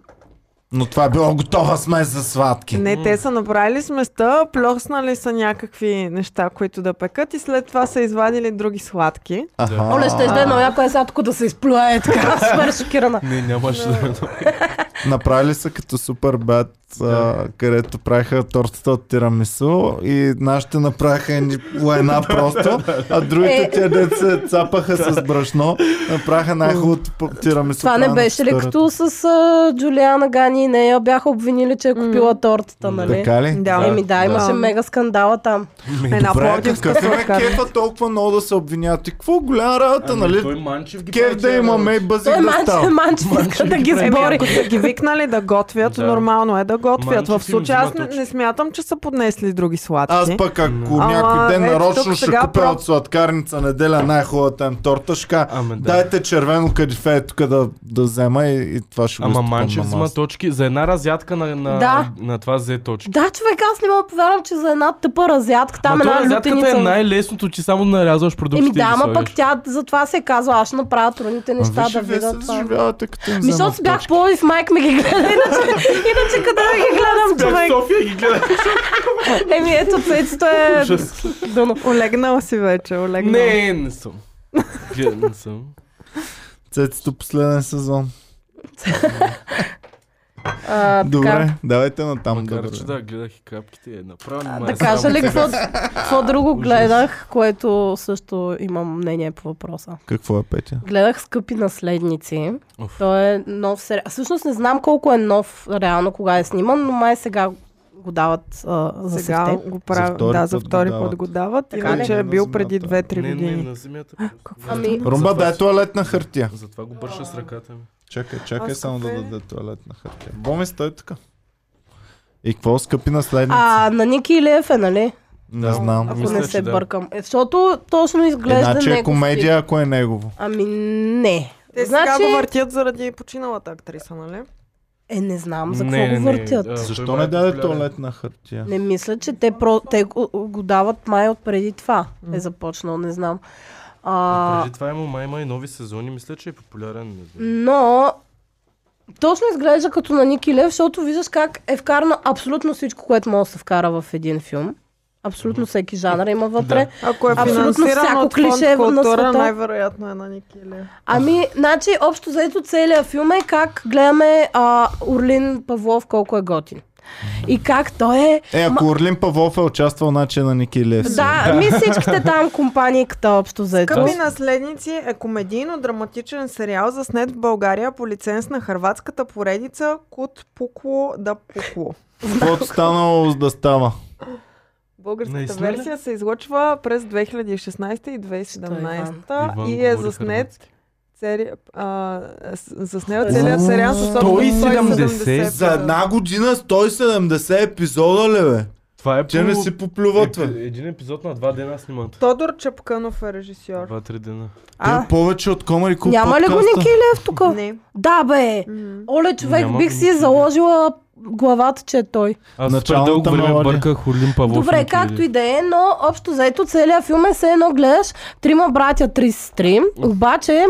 [SPEAKER 1] Но това е било готова смес за сладки.
[SPEAKER 3] Не, те са направили сместа, плеснали са някакви неща, които да пекат и след това са извадили други сладки.
[SPEAKER 1] Аха.
[SPEAKER 2] *laughs* Оле, ще да е много яко е сега тук да се изплюе е така. Супер шокирана.
[SPEAKER 4] Не, нямаше да ме
[SPEAKER 1] Направили са като супер бат, а, където правиха тортата от тирамисо и нашите направиха едни *laughs* лайна просто, а другите
[SPEAKER 2] Е.
[SPEAKER 1] тия деца цапаха с брашно, направиха най-хубавото п- тирамисо.
[SPEAKER 2] Това не
[SPEAKER 1] правено в
[SPEAKER 2] беше ли
[SPEAKER 1] историята.
[SPEAKER 2] като с а, Джулиана Гани и нея бяха обвинили, че е купила тортата,
[SPEAKER 4] М.
[SPEAKER 2] нали?
[SPEAKER 1] Така ли? Ами,
[SPEAKER 3] Да.
[SPEAKER 2] Еми да,
[SPEAKER 4] Да.
[SPEAKER 2] имаше мега скандала там.
[SPEAKER 3] Една
[SPEAKER 1] Добре,
[SPEAKER 3] пловдивска
[SPEAKER 1] какъв им е
[SPEAKER 3] сладкарна.
[SPEAKER 1] кефа толкова много да се обвиняват? И какво голяма работа, нали?
[SPEAKER 4] манчев ги
[SPEAKER 1] Кеф да имаме и базик
[SPEAKER 2] Той
[SPEAKER 1] да
[SPEAKER 2] манче,
[SPEAKER 1] става.
[SPEAKER 2] манче, иска да ги
[SPEAKER 3] Еми,
[SPEAKER 2] сбори.
[SPEAKER 3] ако са ги викнали да
[SPEAKER 4] *laughs*
[SPEAKER 3] готвят,
[SPEAKER 4] Да.
[SPEAKER 3] нормално е да готвят.
[SPEAKER 4] Манчев
[SPEAKER 3] В случая
[SPEAKER 4] им
[SPEAKER 3] аз
[SPEAKER 4] взима
[SPEAKER 3] не,
[SPEAKER 4] точки.
[SPEAKER 3] не смятам, че са поднесли други сладки.
[SPEAKER 1] Аз пък ако
[SPEAKER 4] Ама,
[SPEAKER 1] някой ден
[SPEAKER 3] Е? ето
[SPEAKER 1] нарочно
[SPEAKER 3] тук
[SPEAKER 1] ще
[SPEAKER 3] сега
[SPEAKER 1] купя
[SPEAKER 3] прав-
[SPEAKER 1] от сладкарница неделя най-хубавата им торта, ще кажа,
[SPEAKER 4] Ама да.
[SPEAKER 1] дайте червено кадифе е тук да, да взема и, и това ще го
[SPEAKER 4] Ама
[SPEAKER 1] изтупам на
[SPEAKER 4] Манчев взима
[SPEAKER 1] масата.
[SPEAKER 4] точки. За една разядка на, на,
[SPEAKER 2] Да.
[SPEAKER 4] на това взе точки.
[SPEAKER 2] Да, човек, аз не мога да повярвам, че за една тъпа разядка там
[SPEAKER 4] Ма то
[SPEAKER 2] една
[SPEAKER 4] разядката е
[SPEAKER 2] лютеница.
[SPEAKER 4] най-лесното, че само наразваш продуктите
[SPEAKER 2] Еми
[SPEAKER 4] и
[SPEAKER 2] да,
[SPEAKER 4] ги
[SPEAKER 2] ама пък
[SPEAKER 4] слагаш.
[SPEAKER 2] тя затова се е казва, аз ще направя трудните неща
[SPEAKER 1] Виж,
[SPEAKER 2] да
[SPEAKER 1] вие се
[SPEAKER 2] видя това.
[SPEAKER 1] заживявате като им
[SPEAKER 2] Ми,
[SPEAKER 1] взема
[SPEAKER 2] защото си бях
[SPEAKER 1] точки.
[SPEAKER 2] Пловдив, майк ми ги гледа, иначе, иначе къде да ги гледам, човек?
[SPEAKER 4] София ги гледа.
[SPEAKER 2] Еми ето, Цецето е дъно.
[SPEAKER 3] Олегнала си вече, олегнала.
[SPEAKER 4] Не, не съм. Гледам, не *laughs* съм.
[SPEAKER 1] Цецето последен сезон.
[SPEAKER 2] А, така.
[SPEAKER 1] Добре, давайте натам.
[SPEAKER 4] Макар, че
[SPEAKER 1] добре.
[SPEAKER 4] да, гледах и капките и направо.
[SPEAKER 2] А,
[SPEAKER 4] ма
[SPEAKER 2] Да
[SPEAKER 4] е
[SPEAKER 2] кажа
[SPEAKER 4] срам.
[SPEAKER 2] ли какво, какво друго
[SPEAKER 4] Ужас.
[SPEAKER 2] гледах, което също имам мнение по въпроса.
[SPEAKER 1] Какво е, Петя?
[SPEAKER 2] Гледах Скъпи наследници.
[SPEAKER 4] Оф.
[SPEAKER 2] Той е нов сериал. Всъщност не знам колко е нов реално, кога е сниман, но май сега го дават а, за сега...
[SPEAKER 3] Сега
[SPEAKER 2] сефте.
[SPEAKER 3] го правят.
[SPEAKER 1] втори
[SPEAKER 3] Да, за
[SPEAKER 1] път го
[SPEAKER 3] втори
[SPEAKER 1] дават.
[SPEAKER 3] път го дават.
[SPEAKER 2] Така ли?
[SPEAKER 3] Иначе е бил преди
[SPEAKER 1] Не,
[SPEAKER 3] 2-3
[SPEAKER 4] Не, не,
[SPEAKER 3] години.
[SPEAKER 4] на земята. просто.
[SPEAKER 2] Ами-
[SPEAKER 1] Румба,
[SPEAKER 4] Затова-
[SPEAKER 1] дай туалетна хартия.
[SPEAKER 4] Затова го бърша с ръката ми.
[SPEAKER 1] Чакай, чакай
[SPEAKER 3] Аз
[SPEAKER 1] само да
[SPEAKER 3] кафе.
[SPEAKER 1] даде туалетна хартия. Боми, стой тук. И какво скъпи наследници?
[SPEAKER 2] А, на Ники Илиев е, нали?
[SPEAKER 1] Не знам.
[SPEAKER 2] Ако
[SPEAKER 4] Мисля,
[SPEAKER 2] не
[SPEAKER 4] че
[SPEAKER 2] се
[SPEAKER 4] да. значи
[SPEAKER 2] бъркам. Е, защото точно изглежда
[SPEAKER 1] Иначе е
[SPEAKER 2] негов тип.
[SPEAKER 1] комедия, ако е негово.
[SPEAKER 2] Ами не.
[SPEAKER 3] Те сега
[SPEAKER 2] значи...
[SPEAKER 3] го въртят заради починалата актриса, нали?
[SPEAKER 2] Е, не знам за
[SPEAKER 4] Не,
[SPEAKER 2] какво
[SPEAKER 4] не,
[SPEAKER 2] го
[SPEAKER 4] не,
[SPEAKER 2] въртят.
[SPEAKER 4] да.
[SPEAKER 2] Не,
[SPEAKER 1] Защо
[SPEAKER 4] той
[SPEAKER 1] не
[SPEAKER 4] май е
[SPEAKER 1] даде
[SPEAKER 4] популярен.
[SPEAKER 1] туалетна хартия?
[SPEAKER 2] мисля, че те, про... те го, го дават май от преди това. Е започнал, не знам. А,
[SPEAKER 4] Преди това има май, има и нови сезони. Мисля, че е популярен. не знам.
[SPEAKER 2] но точно изглежда като на Ники Лев, защото виждаш как е вкарано абсолютно всичко, което може да се вкара в един филм. Абсолютно всеки жанр има вътре.
[SPEAKER 4] Да.
[SPEAKER 3] Ако е
[SPEAKER 2] Абсолютно всяко
[SPEAKER 3] финансиран от
[SPEAKER 2] клише е
[SPEAKER 3] фонд
[SPEAKER 2] на света.
[SPEAKER 3] култура, най-вероятно е на Никеле.
[SPEAKER 2] Ами, значи, общо заето целият филм е как гледаме а, Орлин Павлов колко е готин. И как той е
[SPEAKER 1] Е, ако Орлин Павлов е участвал, значи е на Ники Лев.
[SPEAKER 2] Да, ми всичките там компанииката общо заето.
[SPEAKER 3] Скъпи наследници е комедийно-драматичен сериал, заснет в България по лиценз на хърватската поредица Кут Пукло да Пукло.
[SPEAKER 1] Каквото е станало да става.
[SPEAKER 3] Българската
[SPEAKER 4] Наистина ли?
[SPEAKER 3] версия се излъчва през 2016 и 2017
[SPEAKER 4] Иван
[SPEAKER 3] и е
[SPEAKER 4] говори
[SPEAKER 3] заснет
[SPEAKER 4] хърватски.
[SPEAKER 3] цели, а, с- заснел целият сериал с е общо
[SPEAKER 4] 170?
[SPEAKER 3] 170
[SPEAKER 1] За една година 170 епизода, ле, бе.
[SPEAKER 4] Това е
[SPEAKER 1] Те
[SPEAKER 4] по-
[SPEAKER 1] не си поплюват,
[SPEAKER 4] е-
[SPEAKER 1] бе.
[SPEAKER 4] Един епизод на два дена снимат.
[SPEAKER 3] Тодор Чапканов е режисьор.
[SPEAKER 4] Два-три дена.
[SPEAKER 1] Те
[SPEAKER 3] А,
[SPEAKER 1] повече от Комари Клуб
[SPEAKER 2] Няма ли го
[SPEAKER 1] подкаста.
[SPEAKER 2] Ники Лев тук?
[SPEAKER 3] не.
[SPEAKER 2] Да, бе.
[SPEAKER 3] Мгм.
[SPEAKER 2] Оле, човек,
[SPEAKER 4] Няма
[SPEAKER 2] бих
[SPEAKER 4] го
[SPEAKER 2] си
[SPEAKER 4] никъде.
[SPEAKER 2] заложила главата, че е той.
[SPEAKER 4] Аз супер
[SPEAKER 1] Началната
[SPEAKER 4] дълго време
[SPEAKER 1] мелодия.
[SPEAKER 4] бърках Орлин Павлов. и
[SPEAKER 2] Добре,
[SPEAKER 4] Ники
[SPEAKER 2] както
[SPEAKER 4] Лили.
[SPEAKER 2] и да е, но общо заето целият филм е все едно гледаш трима братя, три сестри, обаче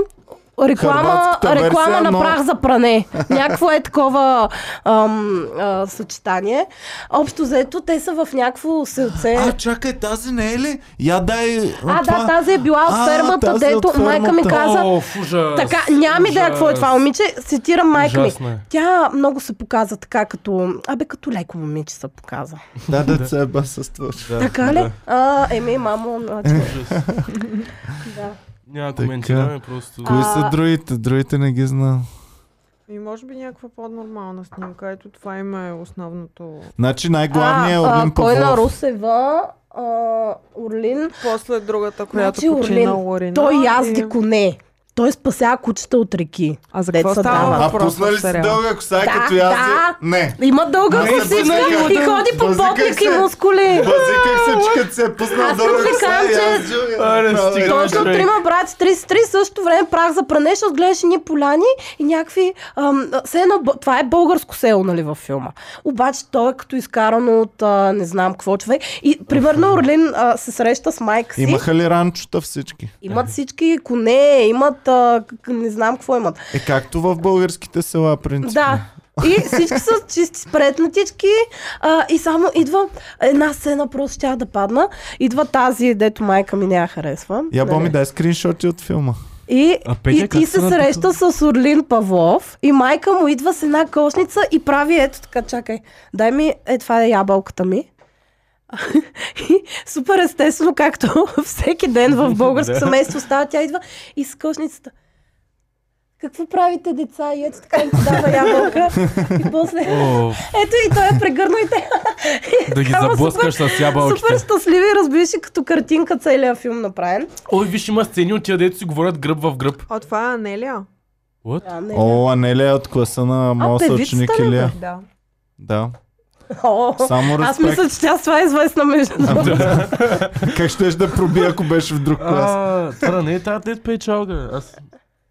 [SPEAKER 2] реклама,
[SPEAKER 1] Хърватската
[SPEAKER 2] реклама
[SPEAKER 1] версия,
[SPEAKER 2] на
[SPEAKER 1] но-
[SPEAKER 2] прах за
[SPEAKER 1] *laughs*
[SPEAKER 2] пране. Някакво е такова ам, а, съчетание. Общо заето те са в някакво селце.
[SPEAKER 1] А, чакай, тази не е ли? Я дай... това-
[SPEAKER 2] А, да, тази е била
[SPEAKER 1] А,
[SPEAKER 2] от фермата,
[SPEAKER 1] тази е от
[SPEAKER 2] дето майка ми
[SPEAKER 1] фермата.
[SPEAKER 2] каза,
[SPEAKER 4] Оф, ужас.
[SPEAKER 2] Така, нямам идея какво е това
[SPEAKER 4] ужас.
[SPEAKER 2] момиче. Цитирам майка ми.
[SPEAKER 4] Ужасно е.
[SPEAKER 2] Тя много се показа така като... Абе, като леко момиче се показа.
[SPEAKER 1] Да, деца е басъстваш.
[SPEAKER 4] Да,
[SPEAKER 2] Така
[SPEAKER 4] да.
[SPEAKER 2] ли? А, еми, мамо, значи...
[SPEAKER 4] Ужас.
[SPEAKER 2] *laughs* да.
[SPEAKER 4] Няма да коментираме просто.
[SPEAKER 1] Кои
[SPEAKER 2] А-
[SPEAKER 1] са другите? Другите не ги знам.
[SPEAKER 3] И може би някаква по-нормална снимка. Ето това има е основното.
[SPEAKER 1] Значи най-главният е
[SPEAKER 2] а,
[SPEAKER 1] Орлин
[SPEAKER 2] а, кой на
[SPEAKER 1] Павлов.
[SPEAKER 2] Русева? А, Орлин.
[SPEAKER 3] После другата, която
[SPEAKER 2] Значи,
[SPEAKER 3] почина е-
[SPEAKER 2] Орлин,
[SPEAKER 3] Лорина.
[SPEAKER 2] Той язди
[SPEAKER 3] язди.
[SPEAKER 2] коне. Той спася кучета от реки.
[SPEAKER 3] А за
[SPEAKER 2] Деца
[SPEAKER 3] какво става
[SPEAKER 2] дава.
[SPEAKER 1] А
[SPEAKER 3] въпрос
[SPEAKER 1] пусна ли
[SPEAKER 3] в
[SPEAKER 1] си
[SPEAKER 3] сериала?
[SPEAKER 1] дълга коса
[SPEAKER 2] Да,
[SPEAKER 1] като аз?
[SPEAKER 2] да.
[SPEAKER 1] Не.
[SPEAKER 2] Има дълга
[SPEAKER 1] Не,
[SPEAKER 2] косичка
[SPEAKER 1] базикай
[SPEAKER 2] и
[SPEAKER 1] се.
[SPEAKER 2] ходи по
[SPEAKER 1] Базикай
[SPEAKER 2] потник и
[SPEAKER 1] се.
[SPEAKER 2] мускули.
[SPEAKER 1] Базиках се, че като се е пуснал
[SPEAKER 2] Аз
[SPEAKER 1] дълга
[SPEAKER 2] тук ви
[SPEAKER 1] коса
[SPEAKER 2] казвам,
[SPEAKER 1] и
[SPEAKER 2] че-
[SPEAKER 1] аз Джулия.
[SPEAKER 4] Аре,
[SPEAKER 1] Направо
[SPEAKER 4] стига.
[SPEAKER 1] е
[SPEAKER 2] Точно
[SPEAKER 4] човек.
[SPEAKER 2] трима брати, 33, същото време прах за пране, защото гледаш ни поляни и някакви... Ам, а, все едно, б- това е българско село, нали, във филма. Обаче той е като изкарано от а, не знам какво човек. И примерно Орлин а, се среща с майка си.
[SPEAKER 1] Имаха ли ранчота всички?
[SPEAKER 2] Имат всички коне, имат а, к- не знам какво имат.
[SPEAKER 1] Е, както в българските села, принцип. *laughs*
[SPEAKER 2] Да. И всички са чисти спретнатички а, и само идва една сцена, просто ще да падна. Идва тази, дето майка ми не я харесва.
[SPEAKER 1] Я
[SPEAKER 2] Нали?
[SPEAKER 1] боми, дай скриншоти от филма.
[SPEAKER 2] И,
[SPEAKER 4] А Петя
[SPEAKER 2] и
[SPEAKER 4] как
[SPEAKER 2] ти
[SPEAKER 4] стана
[SPEAKER 2] се
[SPEAKER 4] тук?
[SPEAKER 2] среща с Орлин Павлов и майка му идва с една кошница и прави ето така, чакай, дай ми, е това е ябълката ми. *laughs* И супер естествено, както *laughs* всеки ден в българско
[SPEAKER 4] *laughs* Да.
[SPEAKER 2] семейство става, тя идва и с кошницата. Какво правите, деца? И ето така им подава ябълка. И после...
[SPEAKER 4] *laughs* О,
[SPEAKER 2] Ето и той е прегърна и
[SPEAKER 4] *laughs*
[SPEAKER 2] те.
[SPEAKER 4] да ги
[SPEAKER 2] Ама
[SPEAKER 4] заблъскаш с
[SPEAKER 2] Супер
[SPEAKER 4] ябълките.
[SPEAKER 2] щастливи, разбираш и като картинка целият филм направен.
[SPEAKER 4] Ой, виж, има сцени от тия, дето си говорят гръб в гръб.
[SPEAKER 3] О, това е Анелия?
[SPEAKER 4] What?
[SPEAKER 2] Да, не.
[SPEAKER 1] О, Анелия е от класа на моя
[SPEAKER 2] певицата
[SPEAKER 1] съученик
[SPEAKER 2] ли бе?
[SPEAKER 1] Илия.
[SPEAKER 3] Да.
[SPEAKER 1] Да.
[SPEAKER 2] О,
[SPEAKER 1] Само
[SPEAKER 2] Аз
[SPEAKER 1] респект.
[SPEAKER 2] мисля, че тя с това е известна между другото.
[SPEAKER 1] Как щеш да пробия, ако беше в друг клас?
[SPEAKER 4] А, това не е тази дет пейчалга. Аз...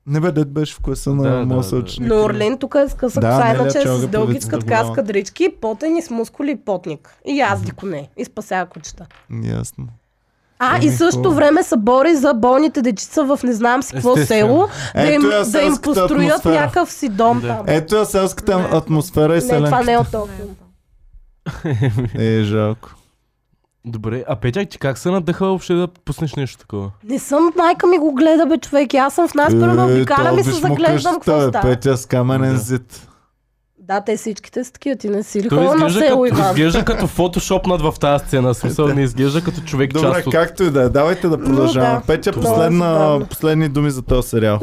[SPEAKER 1] Не бе, дед беше в класа
[SPEAKER 4] Да,
[SPEAKER 1] на
[SPEAKER 4] да,
[SPEAKER 1] моя
[SPEAKER 4] да.
[SPEAKER 1] съученик.
[SPEAKER 2] Но Орлин тук е с къса
[SPEAKER 1] Да,
[SPEAKER 2] коса,
[SPEAKER 1] Анелия
[SPEAKER 2] иначе е с
[SPEAKER 1] Чалга,
[SPEAKER 2] дългичка
[SPEAKER 1] певицата
[SPEAKER 2] така, с
[SPEAKER 1] голяма.
[SPEAKER 2] кадрички, потен и с мускули и потник. И аз дико не. И спасява кучета.
[SPEAKER 1] Ясно.
[SPEAKER 2] А,
[SPEAKER 1] Еми,
[SPEAKER 2] и също
[SPEAKER 1] Ами, хубаво.
[SPEAKER 2] време се бори за болните дечица в не знам си какво
[SPEAKER 4] Естествено.
[SPEAKER 2] село, да
[SPEAKER 1] Ето
[SPEAKER 2] им,
[SPEAKER 1] я
[SPEAKER 2] да им
[SPEAKER 1] селската
[SPEAKER 2] построят
[SPEAKER 1] атмосфера.
[SPEAKER 2] някакъв си дом
[SPEAKER 4] Да.
[SPEAKER 2] там.
[SPEAKER 1] Ето я селската
[SPEAKER 3] Не.
[SPEAKER 1] атмосфера и
[SPEAKER 2] не, това
[SPEAKER 1] селенката.
[SPEAKER 2] не е от този филм.
[SPEAKER 1] Е, жалко.
[SPEAKER 4] Добре, а Петя, ти как се надъха въобще да пуснеш нещо такова?
[SPEAKER 2] Не съм, майка ми го гледа, бе, човек. и Аз съм в нас, първо
[SPEAKER 1] Е,
[SPEAKER 2] обикалям
[SPEAKER 1] то
[SPEAKER 2] и се
[SPEAKER 1] виж му
[SPEAKER 2] заглеждам
[SPEAKER 1] къщата,
[SPEAKER 2] какво
[SPEAKER 1] бе,
[SPEAKER 2] става.
[SPEAKER 1] е Петя с каменен
[SPEAKER 4] Да.
[SPEAKER 1] зид.
[SPEAKER 2] Да, те всичките са такива, ти не е си ли
[SPEAKER 4] Той
[SPEAKER 2] хора на
[SPEAKER 4] изглежда
[SPEAKER 2] село,
[SPEAKER 4] като,
[SPEAKER 2] Иван?
[SPEAKER 4] изглежда като фотошопнат в тази сцена. в Смисъл, не изглежда като човек
[SPEAKER 1] Добре,
[SPEAKER 4] част от...
[SPEAKER 1] както и да е. Давайте да продължаваме.
[SPEAKER 2] да.
[SPEAKER 1] Петя,
[SPEAKER 2] Това е
[SPEAKER 1] последна,
[SPEAKER 2] забавно.
[SPEAKER 1] последни думи за този сериал.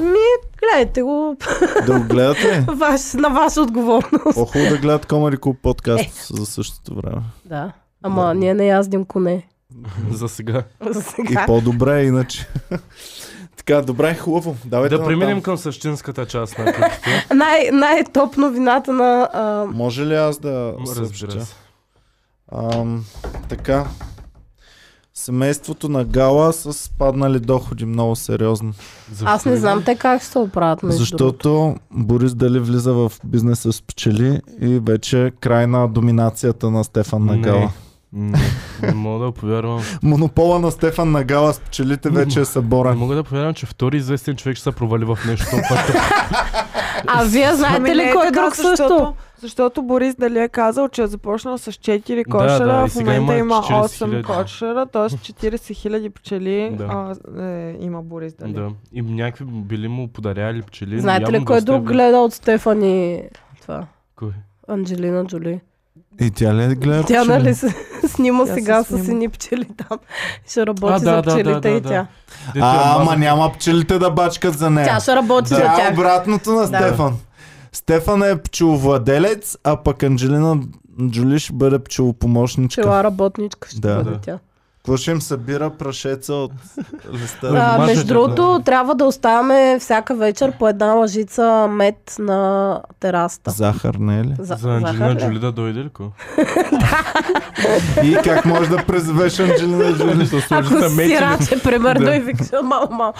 [SPEAKER 2] Гледайте го, *laughs*
[SPEAKER 1] да го гледате ли?
[SPEAKER 2] ваш, на ваша отговорност.
[SPEAKER 1] По-хубаво да гледат Comedy Club
[SPEAKER 2] Е.
[SPEAKER 1] подкаст за същото време.
[SPEAKER 2] Да. Ама ние не яздим коне.
[SPEAKER 4] За сега.
[SPEAKER 2] За
[SPEAKER 1] И
[SPEAKER 2] сега.
[SPEAKER 1] по-добре иначе. *laughs* така, добре, хубаво. Давайте
[SPEAKER 4] Да преминем
[SPEAKER 1] натам.
[SPEAKER 4] към същинската част на кръпите.
[SPEAKER 2] Най- най-топ новината на... А,
[SPEAKER 1] Може ли аз да
[SPEAKER 4] Разбира
[SPEAKER 1] съобща?
[SPEAKER 4] се.
[SPEAKER 1] Ам, така. Семейството на Гала са спаднали доходи много сериозно.
[SPEAKER 4] Защо
[SPEAKER 2] аз не знам те как ще се оправят между другото.
[SPEAKER 1] Защото Борис Дали влиза в бизнеса с пчели и вече е край на доминацията на Стефан
[SPEAKER 4] Не.
[SPEAKER 1] Нагала.
[SPEAKER 4] Не, не мога да повярвам.
[SPEAKER 1] Монопола на Стефан Нагала с пчелите вече е
[SPEAKER 4] Не
[SPEAKER 1] съборен.
[SPEAKER 4] мога да повярвам, че втори известен човек ще се провали в нещо. толкова тъпо.
[SPEAKER 2] А вие
[SPEAKER 3] Ами
[SPEAKER 2] знаете
[SPEAKER 3] не
[SPEAKER 2] ли
[SPEAKER 3] е
[SPEAKER 2] кой
[SPEAKER 3] така,
[SPEAKER 2] друг също?
[SPEAKER 3] Защото, защото Борис дали е казал, че е започнал с 4
[SPEAKER 4] Да,
[SPEAKER 3] кошера,
[SPEAKER 4] да, и
[SPEAKER 3] в
[SPEAKER 4] сега
[SPEAKER 3] момента
[SPEAKER 4] има
[SPEAKER 3] има
[SPEAKER 4] 40 000.
[SPEAKER 3] 8 кошера, т.е.
[SPEAKER 4] *laughs*
[SPEAKER 3] 40 хиляди пчели
[SPEAKER 4] Да.
[SPEAKER 3] а, е, има Борис дали.
[SPEAKER 4] да. И някакви били му подаряли пчели.
[SPEAKER 2] Знаете
[SPEAKER 4] явно
[SPEAKER 2] ли кой
[SPEAKER 4] доста
[SPEAKER 2] друг
[SPEAKER 4] е-
[SPEAKER 2] гледа от Стефани? Това.
[SPEAKER 4] Кой?
[SPEAKER 2] Анджелина Джоли.
[SPEAKER 1] И тя ли е гледа
[SPEAKER 2] Тя
[SPEAKER 1] пчели?
[SPEAKER 2] нали се *laughs* снима
[SPEAKER 3] Тя се
[SPEAKER 2] сега с
[SPEAKER 3] снима.
[SPEAKER 2] едни пчели там. Ще работи
[SPEAKER 4] да,
[SPEAKER 2] за
[SPEAKER 4] да, да,
[SPEAKER 2] пчелите
[SPEAKER 4] да,
[SPEAKER 2] и
[SPEAKER 4] да.
[SPEAKER 2] тя.
[SPEAKER 4] Дето е
[SPEAKER 1] А,
[SPEAKER 4] я маза.
[SPEAKER 1] ама няма пчелите да бачкат за нея.
[SPEAKER 2] Тя ще работи за
[SPEAKER 1] Тя е
[SPEAKER 2] тях.
[SPEAKER 1] обратното на
[SPEAKER 2] Да.
[SPEAKER 1] Стефан. Стефан е пчеловладелец, а пък Анджелина Джоли ще бъде пчелопомощничка.
[SPEAKER 2] Пчела работничка ще
[SPEAKER 1] Да.
[SPEAKER 2] бъде
[SPEAKER 4] Да.
[SPEAKER 2] тя.
[SPEAKER 1] Какво ще им събира прашеца от листа?
[SPEAKER 4] Да,
[SPEAKER 2] А,
[SPEAKER 4] Мажете,
[SPEAKER 2] между другото,
[SPEAKER 4] да.
[SPEAKER 2] трябва да оставяме всяка вечер по една лъжица мед на тераста.
[SPEAKER 1] Захар, не е ли?
[SPEAKER 2] За,
[SPEAKER 4] За Анджелина
[SPEAKER 2] захар ли?
[SPEAKER 4] Джоли да дойде ли *laughs* кой?
[SPEAKER 1] И как може да призовеш Анджелина Джоли?
[SPEAKER 2] Ако си сираче, *laughs* примерно,
[SPEAKER 4] Да.
[SPEAKER 2] и викаш, мамо, мамо.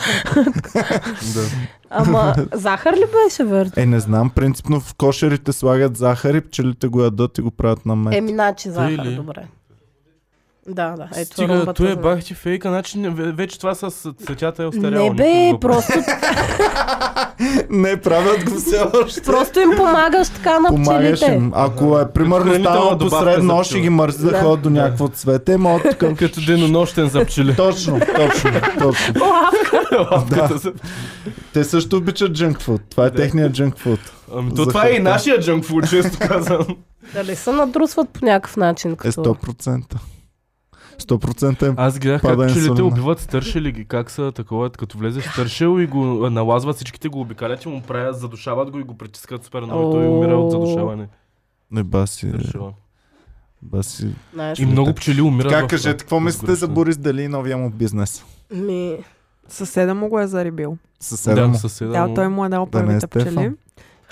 [SPEAKER 4] Да.
[SPEAKER 2] Ама захар ли беше верно?
[SPEAKER 1] Е, не знам, принципно в кошерите слагат захар и пчелите го ядат и го правят на мед.
[SPEAKER 2] Еми, начи захар,
[SPEAKER 4] или?
[SPEAKER 2] добре. Да, да, ето
[SPEAKER 4] Стига,
[SPEAKER 2] румбата
[SPEAKER 4] той е
[SPEAKER 2] за-
[SPEAKER 4] бах ти фейка, значи не- ве- вече това с с цветята е остаряло.
[SPEAKER 2] Не
[SPEAKER 4] никой
[SPEAKER 2] бе,
[SPEAKER 4] го прави.
[SPEAKER 2] просто,
[SPEAKER 1] Не, правят го все още.
[SPEAKER 2] просто им помагаш така на
[SPEAKER 1] Помагаш
[SPEAKER 2] пчелите.
[SPEAKER 1] им. Ако е примерно
[SPEAKER 4] Хранителна
[SPEAKER 1] станало
[SPEAKER 4] добавка
[SPEAKER 1] посред
[SPEAKER 4] за
[SPEAKER 1] нощ и
[SPEAKER 4] пчела.
[SPEAKER 1] ги мързи да
[SPEAKER 2] Да.
[SPEAKER 1] ходят до някакво цвете, могат към...
[SPEAKER 4] Като денонощен
[SPEAKER 1] *laughs*
[SPEAKER 4] за пчели.
[SPEAKER 1] Точно, точно, точно.
[SPEAKER 4] Лапката за-
[SPEAKER 1] Те също обичат junk food. Това е
[SPEAKER 4] Да.
[SPEAKER 1] техният junk food.
[SPEAKER 4] Ами
[SPEAKER 1] За
[SPEAKER 4] то това е и
[SPEAKER 1] хората.
[SPEAKER 4] нашия junk food, често казвам.
[SPEAKER 2] Дали се надрусват по някакъв начин?
[SPEAKER 1] Е
[SPEAKER 2] Като...
[SPEAKER 1] 100%. 100% им
[SPEAKER 4] Аз гледах
[SPEAKER 1] Пада
[SPEAKER 4] как пчелите
[SPEAKER 1] инсулина.
[SPEAKER 4] убиват стършели ги, как са такова, като влезеш стършел и го а, налазват, всичките го обикалят и му правят, задушават го и го притискат супер много и той умира от задушаване.
[SPEAKER 1] Не, баси,
[SPEAKER 4] Стършела.
[SPEAKER 1] баси.
[SPEAKER 2] Знаеш,
[SPEAKER 4] И много пчели умират.
[SPEAKER 1] Така
[SPEAKER 4] в-
[SPEAKER 1] кажете, какво
[SPEAKER 4] в- в
[SPEAKER 1] мислите за
[SPEAKER 4] горещина.
[SPEAKER 1] Борис Дали и новия му бизнес?
[SPEAKER 2] ми...
[SPEAKER 3] Съседа му го е зарибил.
[SPEAKER 1] Съседа
[SPEAKER 4] Да,
[SPEAKER 1] му.
[SPEAKER 4] съседа
[SPEAKER 3] Да,
[SPEAKER 4] му.
[SPEAKER 3] той му е дал
[SPEAKER 1] Да не е
[SPEAKER 3] първите
[SPEAKER 1] Стефан.
[SPEAKER 3] пчели.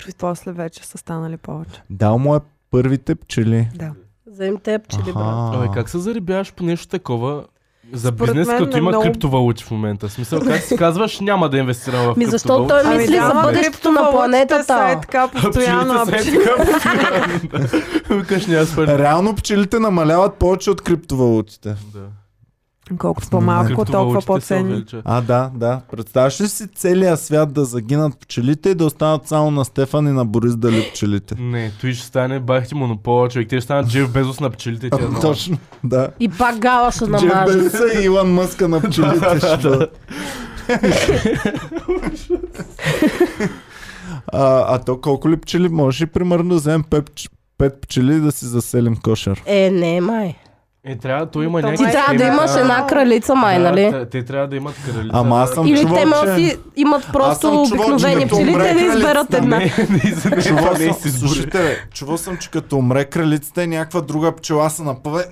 [SPEAKER 3] И после вече са станали повече.
[SPEAKER 1] Дал му е първите пчели.
[SPEAKER 3] Да.
[SPEAKER 2] Взем те пчели, брат.
[SPEAKER 1] Аха.
[SPEAKER 4] Абе, Ами, е как се зарибяваш по нещо такова? За
[SPEAKER 3] Според
[SPEAKER 4] бизнес,
[SPEAKER 3] мен
[SPEAKER 4] като
[SPEAKER 3] е
[SPEAKER 4] има
[SPEAKER 3] много-
[SPEAKER 4] криптовалути в момента. В Смисъл, как си казваш, няма да инвестирам в
[SPEAKER 2] Ми
[SPEAKER 4] криптовалути.
[SPEAKER 2] защото той
[SPEAKER 3] Ами
[SPEAKER 2] мисли
[SPEAKER 3] да,
[SPEAKER 2] за
[SPEAKER 3] ама
[SPEAKER 2] бъдещето на
[SPEAKER 3] криптовалутите
[SPEAKER 2] планетата.
[SPEAKER 3] са е така постоянно. а
[SPEAKER 4] Пчелите
[SPEAKER 3] пчели-
[SPEAKER 4] са е така попирани. Викаш, няма свърши.
[SPEAKER 1] Реално пчелите намаляват повече от криптовалутите.
[SPEAKER 4] Да.
[SPEAKER 3] Колкото по-малко, е толкова
[SPEAKER 4] Криптовалутите се
[SPEAKER 3] по-ценни.
[SPEAKER 4] увеличават.
[SPEAKER 1] А, да, да. Представяш ли си целият свят да загинат пчелите и да останат само на Стефан и на Борис Дали
[SPEAKER 2] *laughs*
[SPEAKER 1] пчелите?
[SPEAKER 4] Не, той ще стане бахти монопола, човек. Те ще станат Джеф Безос на пчелите. Тя знае.
[SPEAKER 1] Точно, да.
[SPEAKER 2] И пак гала ще
[SPEAKER 1] Джеф
[SPEAKER 2] намажа.
[SPEAKER 1] Безос и Илон Мъска на пчелите ще бъдат. А, а то колко ли пчели? Може ли примерно да вземем пет, пч- пет пчели и да си заселим кошер?
[SPEAKER 2] Е, не, май.
[SPEAKER 4] Е, трябва, той има
[SPEAKER 3] Ти
[SPEAKER 4] някакви...
[SPEAKER 2] Ти
[SPEAKER 3] Май,
[SPEAKER 2] трябва
[SPEAKER 4] те
[SPEAKER 2] да
[SPEAKER 4] има-
[SPEAKER 2] имаш една кралица, май,
[SPEAKER 4] да,
[SPEAKER 2] нали?
[SPEAKER 4] те- Те трябва да имат кралица.
[SPEAKER 1] Ама аз съм
[SPEAKER 2] Или
[SPEAKER 1] чувал,
[SPEAKER 2] те
[SPEAKER 1] че...
[SPEAKER 2] може си имат
[SPEAKER 1] Аз съм
[SPEAKER 2] просто
[SPEAKER 1] чувал, че
[SPEAKER 2] обикновени
[SPEAKER 1] като
[SPEAKER 2] пчели,
[SPEAKER 1] умре
[SPEAKER 2] те да
[SPEAKER 1] кралицата,
[SPEAKER 2] изберат
[SPEAKER 1] не.
[SPEAKER 2] една.
[SPEAKER 4] Не, не, за не,
[SPEAKER 1] Чувал
[SPEAKER 4] не,
[SPEAKER 1] съм,
[SPEAKER 4] си избори.
[SPEAKER 1] слушайте, бе, чувал съм, че като умре кралицата и някаква друга пчела се напъве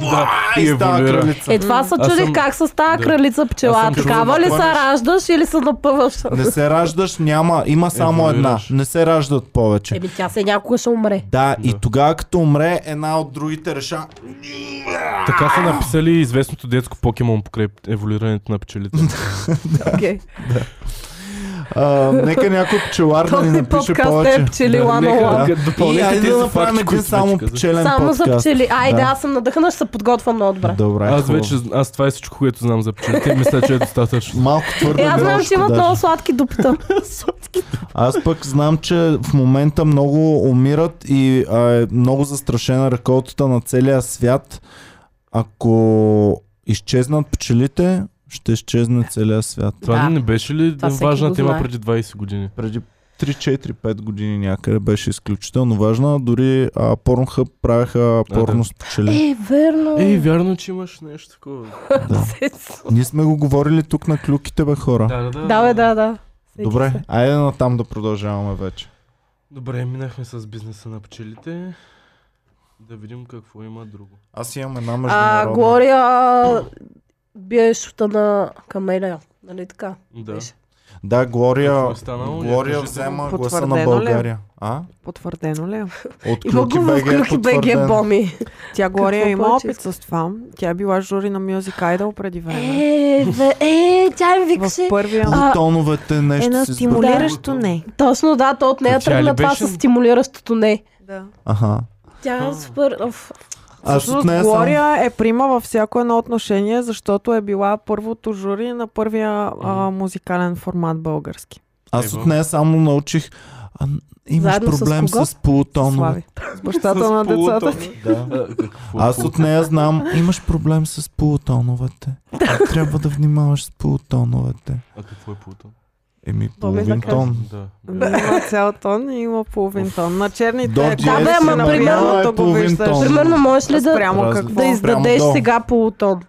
[SPEAKER 4] Да,
[SPEAKER 1] и
[SPEAKER 4] и
[SPEAKER 1] става
[SPEAKER 4] еволюира.
[SPEAKER 1] кралица.
[SPEAKER 2] Е, това се
[SPEAKER 4] Аз
[SPEAKER 2] чудих
[SPEAKER 4] съм-
[SPEAKER 2] как с тази
[SPEAKER 4] да.
[SPEAKER 2] кралица
[SPEAKER 4] Аз
[SPEAKER 2] пчела.
[SPEAKER 4] съм чувал
[SPEAKER 2] Такава
[SPEAKER 1] за
[SPEAKER 2] ли
[SPEAKER 1] това
[SPEAKER 2] се
[SPEAKER 1] нещо.
[SPEAKER 2] раждаш или се
[SPEAKER 4] *laughs*
[SPEAKER 2] напъваш?
[SPEAKER 1] Не се раждаш, няма, има само една.
[SPEAKER 4] Еволюираш.
[SPEAKER 1] Не се раждат повече.
[SPEAKER 2] Еми тя се някога ще умре.
[SPEAKER 1] Да, и
[SPEAKER 4] Да.
[SPEAKER 1] тогава като умре, една от другите реша.
[SPEAKER 4] Така са написали известното детско покемон покрай еволюирането на пчелите. *laughs*
[SPEAKER 3] Okay.
[SPEAKER 1] А, нека някой пчелар да ни
[SPEAKER 2] Този
[SPEAKER 1] напише
[SPEAKER 2] подкаст е
[SPEAKER 1] повече.
[SPEAKER 2] пчели
[SPEAKER 4] Да,
[SPEAKER 2] лана
[SPEAKER 4] нека
[SPEAKER 2] лана.
[SPEAKER 4] да
[SPEAKER 1] И
[SPEAKER 4] допълнете
[SPEAKER 1] айде
[SPEAKER 4] тези
[SPEAKER 1] да
[SPEAKER 4] факти,
[SPEAKER 1] направим един
[SPEAKER 4] които сме
[SPEAKER 1] само
[SPEAKER 4] ти казали.
[SPEAKER 1] пчелен
[SPEAKER 2] Само за
[SPEAKER 1] подкаст.
[SPEAKER 2] пчели. Айде,
[SPEAKER 1] Да.
[SPEAKER 2] аз съм надъхана, ще се подготвям много добре.
[SPEAKER 1] Добре,
[SPEAKER 4] *laughs* Аз
[SPEAKER 1] хубаво.
[SPEAKER 4] вече, аз това е всичко, което знам за пчелите. Мисля, че е
[SPEAKER 2] *laughs*
[SPEAKER 4] достатъчно.
[SPEAKER 1] Малко твърде
[SPEAKER 2] Е, аз знам,
[SPEAKER 1] грошко
[SPEAKER 2] че имат
[SPEAKER 1] даже.
[SPEAKER 2] много сладки
[SPEAKER 4] *laughs*
[SPEAKER 2] дупта.
[SPEAKER 1] Аз пък знам, че в момента много умират и а, е много застрашена реколтата на целия свят. Ако изчезнат пчелите, ще изчезне целия свят.
[SPEAKER 4] Това
[SPEAKER 2] Да.
[SPEAKER 4] не беше ли
[SPEAKER 2] Това всеки
[SPEAKER 4] важна
[SPEAKER 2] го
[SPEAKER 4] тема
[SPEAKER 2] знае.
[SPEAKER 4] преди 20 години?
[SPEAKER 1] Преди 3-4-5 години някъде беше изключително важна. Дори а, Pornhub правяха порно с пчели.
[SPEAKER 2] Е, верно.
[SPEAKER 4] Ей, вярно, че имаш нещо такова.
[SPEAKER 1] Да. Ние сме го говорили тук на клюките, бе хора.
[SPEAKER 4] Да, да, да.
[SPEAKER 2] *laughs* Да, бе, да, да. Всеки
[SPEAKER 1] Добре,
[SPEAKER 2] се.
[SPEAKER 1] айде на там да продължаваме вече.
[SPEAKER 4] Добре, минахме с бизнеса на пчелите. Да видим какво има друго.
[SPEAKER 1] Аз имам една
[SPEAKER 2] А,
[SPEAKER 1] международна.
[SPEAKER 2] Глория бие шута на Камелия. Нали така?
[SPEAKER 4] Да.
[SPEAKER 2] Беше.
[SPEAKER 1] Да, Глория,
[SPEAKER 4] Какво е станало?
[SPEAKER 1] Глория
[SPEAKER 4] Кажете го.
[SPEAKER 1] взема гласа на
[SPEAKER 3] Потвърдено
[SPEAKER 1] България. А?
[SPEAKER 3] Потвърдено ли? е?
[SPEAKER 1] От
[SPEAKER 2] е? Има
[SPEAKER 1] Клюки
[SPEAKER 2] го в
[SPEAKER 1] БГ е
[SPEAKER 2] клюки БГ
[SPEAKER 1] потвърден.
[SPEAKER 2] Боми.
[SPEAKER 3] Тя Глория
[SPEAKER 2] Какво
[SPEAKER 3] има
[SPEAKER 2] повече
[SPEAKER 3] опит с това. Тя е била жури на Music Idol преди време.
[SPEAKER 2] Е, бе, е, тя им
[SPEAKER 3] В
[SPEAKER 2] викаше.
[SPEAKER 3] първия
[SPEAKER 2] е. А,
[SPEAKER 1] Бутоновете нещо
[SPEAKER 3] едно
[SPEAKER 1] си избра-
[SPEAKER 3] стимулиращо не.
[SPEAKER 2] Точно да, то от нея
[SPEAKER 4] Тя ли
[SPEAKER 2] тръгна това
[SPEAKER 4] беше?
[SPEAKER 2] с стимулиращото не.
[SPEAKER 3] Да.
[SPEAKER 1] Аха.
[SPEAKER 2] Тя е супер... оф.
[SPEAKER 1] Аз от
[SPEAKER 3] Всъщност
[SPEAKER 1] нея съм...
[SPEAKER 3] Глория е прима във всяко едно отношение, защото е била първото жури на първия а, музикален формат български.
[SPEAKER 1] Аз от нея само научих... А, имаш
[SPEAKER 2] Заедно с
[SPEAKER 1] проблем
[SPEAKER 2] кого?
[SPEAKER 1] с полутонове.
[SPEAKER 3] Слави. С бащата на децата ти.
[SPEAKER 1] Да.
[SPEAKER 4] А, какво? е
[SPEAKER 1] Аз от нея знам, имаш проблем с полутоновете. Трябва да внимаваш с полутоновете.
[SPEAKER 4] А какво е плутон?
[SPEAKER 1] Еми, половин
[SPEAKER 2] заказа.
[SPEAKER 1] тон.
[SPEAKER 4] Да.
[SPEAKER 3] Да, има цял тон и има половин тон. На черните
[SPEAKER 1] До
[SPEAKER 3] е
[SPEAKER 1] GS
[SPEAKER 2] Да, бе,
[SPEAKER 3] колко
[SPEAKER 2] ама
[SPEAKER 3] си на
[SPEAKER 2] примерно
[SPEAKER 3] бялото
[SPEAKER 1] е
[SPEAKER 3] го
[SPEAKER 1] половин
[SPEAKER 3] виждаш.
[SPEAKER 1] тон.
[SPEAKER 2] Примерно можеш ли да,
[SPEAKER 3] Спрямо
[SPEAKER 1] Разлика.
[SPEAKER 3] какво.
[SPEAKER 2] да издадеш
[SPEAKER 1] долу.
[SPEAKER 2] сега полутон?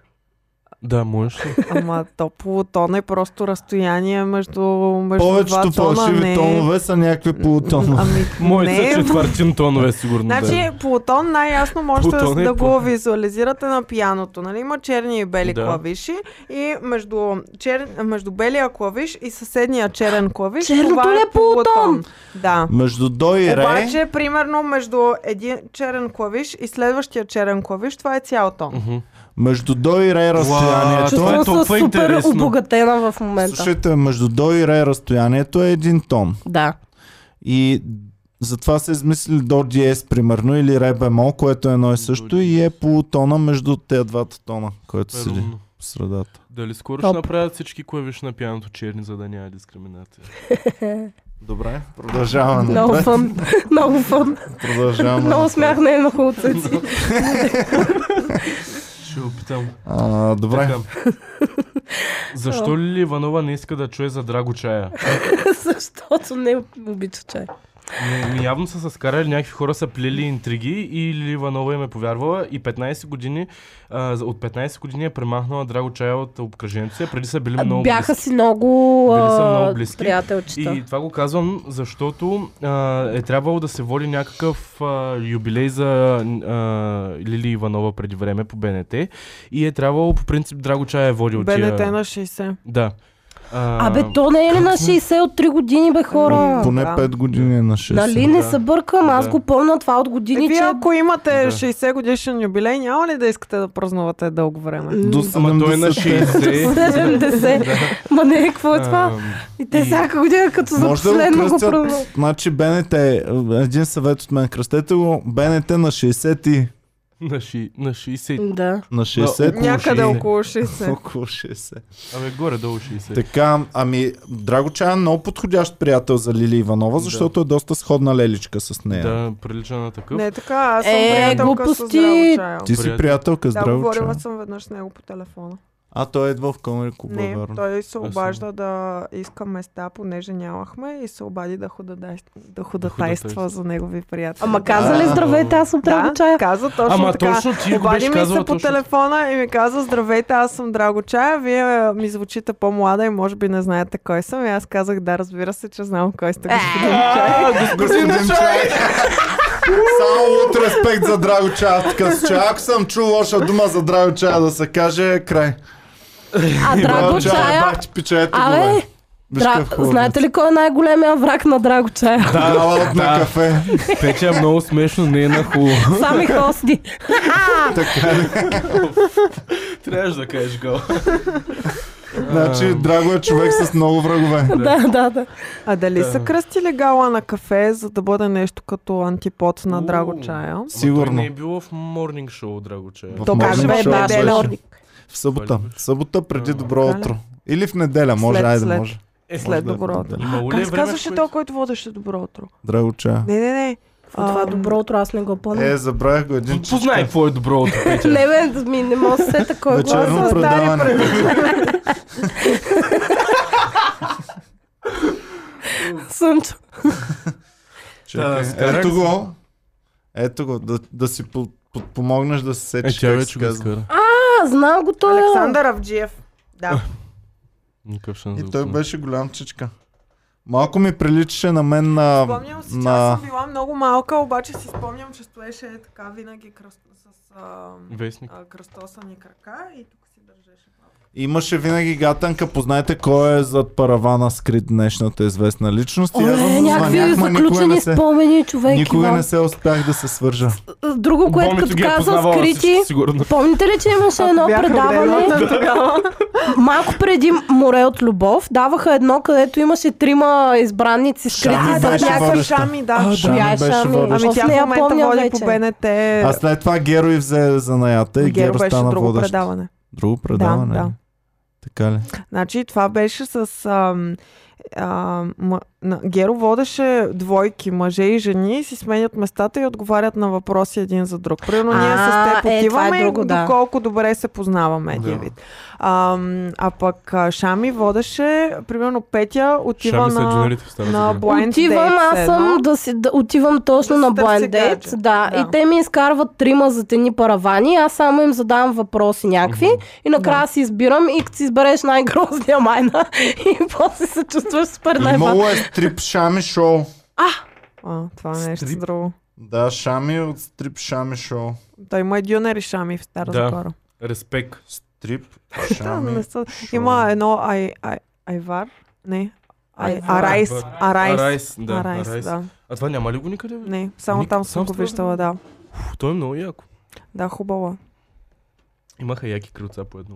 [SPEAKER 4] Да, можеш ли?
[SPEAKER 3] Ама то полутон е просто разстояние между, между
[SPEAKER 1] Повечето
[SPEAKER 3] два тона. не...
[SPEAKER 1] фалшиви
[SPEAKER 3] е-
[SPEAKER 1] тонове са някакви полутонове.
[SPEAKER 3] Ами,
[SPEAKER 4] Моите
[SPEAKER 3] не
[SPEAKER 4] са
[SPEAKER 3] е
[SPEAKER 4] четвъртин тонове, сигурно. да.
[SPEAKER 3] Значи Плутон най-ясно можете
[SPEAKER 4] Плутон
[SPEAKER 3] да,
[SPEAKER 4] е
[SPEAKER 3] да го
[SPEAKER 4] по-
[SPEAKER 3] визуализирате на пианото. Нали? Има черни и бели
[SPEAKER 4] Да.
[SPEAKER 3] клавиши и между, чер... между белия клавиш и съседния черен клавиш.
[SPEAKER 2] Черното
[SPEAKER 3] това
[SPEAKER 2] ли е Плутон?
[SPEAKER 3] Да.
[SPEAKER 1] Между до и ре,
[SPEAKER 3] Обаче, примерно, между един черен клавиш и следващия черен клавиш, това е цял тон.
[SPEAKER 4] Мгм.
[SPEAKER 1] между до и ре
[SPEAKER 4] Уау.
[SPEAKER 1] разстоянието е...
[SPEAKER 4] е
[SPEAKER 2] Чувствам
[SPEAKER 4] толкова
[SPEAKER 2] се супер
[SPEAKER 4] интересно.
[SPEAKER 2] обогатена в момента.
[SPEAKER 1] Слушайте, между до и ре разстоянието е един тон.
[SPEAKER 2] Да.
[SPEAKER 1] И затова са измислили до диез, примерно, или ре бемол, което е едно и също, и е полутона между тези двата тона, който седи
[SPEAKER 4] Разумно.
[SPEAKER 1] по средата.
[SPEAKER 4] Дали скоро
[SPEAKER 2] Топ.
[SPEAKER 4] ще направят всички клавиши на пианото черни, за да няма дискриминация?
[SPEAKER 1] Добре,
[SPEAKER 4] е
[SPEAKER 1] продължаваме.
[SPEAKER 2] Много
[SPEAKER 1] напред.
[SPEAKER 2] фън. Много фън.
[SPEAKER 1] Продължаваме.
[SPEAKER 2] Много
[SPEAKER 1] напред.
[SPEAKER 2] смях не е на
[SPEAKER 4] *laughs*
[SPEAKER 2] хулцеци.
[SPEAKER 4] Ще опитам.
[SPEAKER 1] А, добре.
[SPEAKER 4] Така.
[SPEAKER 2] *laughs*
[SPEAKER 4] Защо ли Иванова не иска да чуе за драго чая?
[SPEAKER 2] Защото не обича чай.
[SPEAKER 4] Ми- ми Явно са се скарали, някакви хора са плели интриги и Лили Иванова им е повярвала и 15 години, а, за- от 15 години е премахнала Драго Чая от обкръжението си, преди са били много
[SPEAKER 2] Бяха
[SPEAKER 4] близки.
[SPEAKER 2] си много,
[SPEAKER 4] Били са много
[SPEAKER 2] а,
[SPEAKER 4] близки.
[SPEAKER 2] приятелчета.
[SPEAKER 4] И това го казвам, защото а, е трябвало да се води някакъв а, юбилей за а, Лили Иванова преди време по БНТ и е трябвало по принцип Драго Чая е водил
[SPEAKER 3] БНТ
[SPEAKER 4] тия...
[SPEAKER 3] на Е, 60.
[SPEAKER 4] Да. А,
[SPEAKER 2] Абе, то не е ли на 60 от 3 години, бе хора?
[SPEAKER 1] Поне
[SPEAKER 3] Да.
[SPEAKER 1] 5 години е на 6.
[SPEAKER 2] Нали не
[SPEAKER 4] да.
[SPEAKER 2] се бъркам, аз
[SPEAKER 4] Да.
[SPEAKER 2] го помня това от години,
[SPEAKER 3] И Е, вие,
[SPEAKER 2] че... е
[SPEAKER 3] ако имате
[SPEAKER 4] Да.
[SPEAKER 3] 60 годишен юбилей, няма ли да искате да празнувате дълго време?
[SPEAKER 1] Ами, До
[SPEAKER 4] Ама той е на
[SPEAKER 1] 70.
[SPEAKER 4] 60. *laughs*
[SPEAKER 2] 70. Ма не, какво е това?
[SPEAKER 4] Ам,
[SPEAKER 2] И те
[SPEAKER 4] и-
[SPEAKER 2] всяка година, като за
[SPEAKER 1] Може да го
[SPEAKER 2] последно го
[SPEAKER 1] кръстят.
[SPEAKER 2] празнуват.
[SPEAKER 1] Значи БНТ, е, един съвет от мен, кръстете го, БНТ на 60 и
[SPEAKER 4] На, ши, на 60.
[SPEAKER 2] Да.
[SPEAKER 1] на 60.
[SPEAKER 3] Някъде
[SPEAKER 4] 60.
[SPEAKER 3] около 60.
[SPEAKER 1] Около 60.
[SPEAKER 4] Абе, горе-долу 60.
[SPEAKER 1] Така, ами, Драго Чая е много подходящ приятел за Лили Иванова, защото е доста сходна леличка с нея.
[SPEAKER 4] Да, прилича на такъв.
[SPEAKER 3] Не е така, аз съм
[SPEAKER 2] Е,
[SPEAKER 3] приятелка с
[SPEAKER 2] глупости.
[SPEAKER 3] здраво чайл.
[SPEAKER 1] Ти си
[SPEAKER 4] Приятел.
[SPEAKER 1] приятелка с
[SPEAKER 3] Да,
[SPEAKER 1] Драго Чая.
[SPEAKER 3] говорила съм веднъж с него по телефона.
[SPEAKER 1] А той идва в Комери Куба,
[SPEAKER 3] Не,
[SPEAKER 1] верно.
[SPEAKER 3] той се
[SPEAKER 4] съм.
[SPEAKER 3] обажда да иска места, понеже нямахме и се обади да, худодай... да
[SPEAKER 4] худатайства.
[SPEAKER 3] ходатайства за негови приятели.
[SPEAKER 2] Ама каза ли
[SPEAKER 1] А.
[SPEAKER 2] здравейте, аз съм Драго
[SPEAKER 3] да,
[SPEAKER 2] Чая?
[SPEAKER 3] каза точно
[SPEAKER 4] Ама
[SPEAKER 3] така.
[SPEAKER 4] точно ти го
[SPEAKER 3] Обади
[SPEAKER 4] беше
[SPEAKER 3] ми се
[SPEAKER 4] казала,
[SPEAKER 3] по
[SPEAKER 4] точно.
[SPEAKER 3] телефона и ми каза, здравейте, аз съм Драго Чая, вие е, ми звучите по-млада и може би не знаете кой съм. И аз казах, да, разбира се, че знам кой сте господин
[SPEAKER 2] Е,
[SPEAKER 3] Чая.
[SPEAKER 1] Господин Чай! Само от респект за Драго Чая. Така че ако съм чул лоша дума за Драго Чая да се каже, край.
[SPEAKER 2] А Драго Чая...
[SPEAKER 1] бах ти пича, ето го, бе.
[SPEAKER 2] Абе,
[SPEAKER 1] Виж
[SPEAKER 2] Дра-
[SPEAKER 1] какъв хубав.
[SPEAKER 2] знаете ли кой е най-големия враг на Драго Чая?
[SPEAKER 1] *laughs* Ала от на
[SPEAKER 4] Да.
[SPEAKER 1] кафе.
[SPEAKER 4] Пече е много смешно, не е на хубаво.
[SPEAKER 1] *laughs*
[SPEAKER 2] Сами хости.
[SPEAKER 4] Трябваше да кажеш го.
[SPEAKER 1] Значи, Драго е човек с много врагове.
[SPEAKER 2] да, да, да.
[SPEAKER 3] А дали
[SPEAKER 4] Да.
[SPEAKER 3] са кръстили гала на кафе, за да бъде нещо като антипод на
[SPEAKER 4] Уу.
[SPEAKER 3] Драго Чая?
[SPEAKER 1] Сигурно.
[SPEAKER 4] Не е било в морнинг шоу, Драгоче.
[SPEAKER 1] В
[SPEAKER 3] То
[SPEAKER 1] Може
[SPEAKER 3] как
[SPEAKER 1] би
[SPEAKER 3] бе,
[SPEAKER 1] шоу
[SPEAKER 3] да,
[SPEAKER 1] беше.
[SPEAKER 3] да,
[SPEAKER 1] В събота. В събота преди
[SPEAKER 4] А,
[SPEAKER 1] добро
[SPEAKER 3] така ли?
[SPEAKER 1] утро. Или в неделя, може,
[SPEAKER 3] След,
[SPEAKER 1] айде,
[SPEAKER 3] след.
[SPEAKER 1] може.
[SPEAKER 4] Е,
[SPEAKER 1] Може
[SPEAKER 3] след
[SPEAKER 1] да е в
[SPEAKER 3] добро утро.
[SPEAKER 1] неделя.
[SPEAKER 4] Имало ли е
[SPEAKER 3] Как се
[SPEAKER 4] време, в
[SPEAKER 3] казваше
[SPEAKER 4] което-
[SPEAKER 3] той, който водеше Добро утро?
[SPEAKER 1] Драго Чая.
[SPEAKER 3] Не, не, не.
[SPEAKER 2] А, Това е
[SPEAKER 3] Ам,
[SPEAKER 2] добро утро, аз не го помня.
[SPEAKER 1] Е, забравих го един чичка.
[SPEAKER 4] Познай какво е
[SPEAKER 1] *laughs*
[SPEAKER 4] добро утро, Петя.
[SPEAKER 2] Не, бе, ми не мога да се сета кой го е.
[SPEAKER 1] Вечерно
[SPEAKER 3] Гласа,
[SPEAKER 1] предаване.
[SPEAKER 2] Слънчо.
[SPEAKER 1] Чакай,
[SPEAKER 4] Та, скарах
[SPEAKER 1] Ето
[SPEAKER 4] се.
[SPEAKER 1] го. Ето го, да, да си по- подпомогнеш да се
[SPEAKER 4] Е,
[SPEAKER 1] сечеш.
[SPEAKER 4] тя
[SPEAKER 1] как
[SPEAKER 4] вече
[SPEAKER 1] се
[SPEAKER 4] го
[SPEAKER 1] казва.
[SPEAKER 4] изкара.
[SPEAKER 2] А, знам го той.
[SPEAKER 3] Александър Авджиев. Да.
[SPEAKER 4] Никакъв шанс.
[SPEAKER 1] И
[SPEAKER 4] да
[SPEAKER 1] той
[SPEAKER 4] го
[SPEAKER 1] беше голям чичка. Малко ми приличаше на мен на...
[SPEAKER 3] Спомням си, че аз
[SPEAKER 1] на...
[SPEAKER 3] съм била много малка, обаче си спомням, че стоеше е така винаги кръст... с а,
[SPEAKER 4] знам. Вестник.
[SPEAKER 3] а, кръстосани крака и тук си държеше малко.
[SPEAKER 1] Имаше винаги гатанка, познайте кой е зад паравана скрит днешната известна личност. И аз
[SPEAKER 2] Оле,
[SPEAKER 1] му звънях,
[SPEAKER 2] е, някакви
[SPEAKER 1] ма никога не
[SPEAKER 2] заключени
[SPEAKER 1] се...
[SPEAKER 2] спомени, човек.
[SPEAKER 1] Никога
[SPEAKER 2] Иван.
[SPEAKER 1] не се успях да се свържа.
[SPEAKER 2] Друго, което
[SPEAKER 4] Бомито
[SPEAKER 2] като
[SPEAKER 4] ги е
[SPEAKER 2] каза
[SPEAKER 4] познавала
[SPEAKER 2] скрити,
[SPEAKER 4] всички, Сигурно.
[SPEAKER 2] помните ли, че имаше едно предаване?
[SPEAKER 3] тогава.
[SPEAKER 1] *laughs*
[SPEAKER 2] Малко преди Море от любов даваха едно, където имаше трима избранници скрити
[SPEAKER 1] Шами
[SPEAKER 2] за
[SPEAKER 1] беше
[SPEAKER 2] някакъв...
[SPEAKER 1] водеща.
[SPEAKER 3] Някаква шами,
[SPEAKER 1] А,
[SPEAKER 3] да.
[SPEAKER 1] да. Шами беше водеща.
[SPEAKER 3] Ами тя в момента води по БНТ.
[SPEAKER 1] А след това Геро и взе занаята и Геро,
[SPEAKER 3] Геро Е, беше
[SPEAKER 1] стана
[SPEAKER 3] друго
[SPEAKER 1] водещ.
[SPEAKER 3] предаване.
[SPEAKER 1] Друго предаване.
[SPEAKER 3] да.
[SPEAKER 1] ли? Така ли?
[SPEAKER 3] Значи това беше с... Ам, а, м- на, Геро водеше двойки, мъже и жени, си сменят местата и отговарят на въпроси един за друг. Примерно ние
[SPEAKER 2] А,
[SPEAKER 3] с теб
[SPEAKER 2] е, това е
[SPEAKER 3] отиваме
[SPEAKER 2] друго,
[SPEAKER 3] и
[SPEAKER 2] да.
[SPEAKER 3] доколко добре се познаваме един
[SPEAKER 4] Да.
[SPEAKER 3] вид. Ам, а пък а, Шами водеше, примерно Петя отива
[SPEAKER 4] Шами са
[SPEAKER 3] на,
[SPEAKER 4] джунирите в Стара
[SPEAKER 3] на
[SPEAKER 4] Загора.
[SPEAKER 3] Blind
[SPEAKER 2] отивам,
[SPEAKER 3] Date.
[SPEAKER 2] аз съм да си, да, отивам точно
[SPEAKER 3] Да
[SPEAKER 2] на
[SPEAKER 3] си търси
[SPEAKER 2] Blind Date.
[SPEAKER 3] гадже.
[SPEAKER 2] Да,
[SPEAKER 3] Да.
[SPEAKER 2] И те ми изкарват трима затени паравани, аз само им задавам въпроси някакви и накрая си избирам и като си избереш най-грозния майна *laughs* и после се чувстваш супер най
[SPEAKER 1] Имало е стрип шами шоу.
[SPEAKER 3] А, това е нещо
[SPEAKER 4] Стрип.
[SPEAKER 3] друго.
[SPEAKER 1] Да, шами от стрип шами шоу.
[SPEAKER 3] Той има и дюнери Шами в Стара
[SPEAKER 4] Да.
[SPEAKER 3] Загора.
[SPEAKER 4] Респект.
[SPEAKER 2] *laughs*
[SPEAKER 1] Стрип
[SPEAKER 3] Да,
[SPEAKER 1] шами
[SPEAKER 3] не са-
[SPEAKER 1] шоу.
[SPEAKER 3] Има едно ай, ай, Айвар, не, ай,
[SPEAKER 2] Айвар.
[SPEAKER 3] Арайс, Арайс.
[SPEAKER 4] Арайс, да.
[SPEAKER 3] Арайс, да.
[SPEAKER 4] А това няма ли го никъде? бе?
[SPEAKER 3] Не, само
[SPEAKER 4] Ник-
[SPEAKER 3] там
[SPEAKER 4] сам
[SPEAKER 3] съм го
[SPEAKER 4] сте го
[SPEAKER 3] виждала, да.
[SPEAKER 4] Пф, Той е много яко.
[SPEAKER 3] Да, хубава.
[SPEAKER 4] Имаха яки крилца по едно.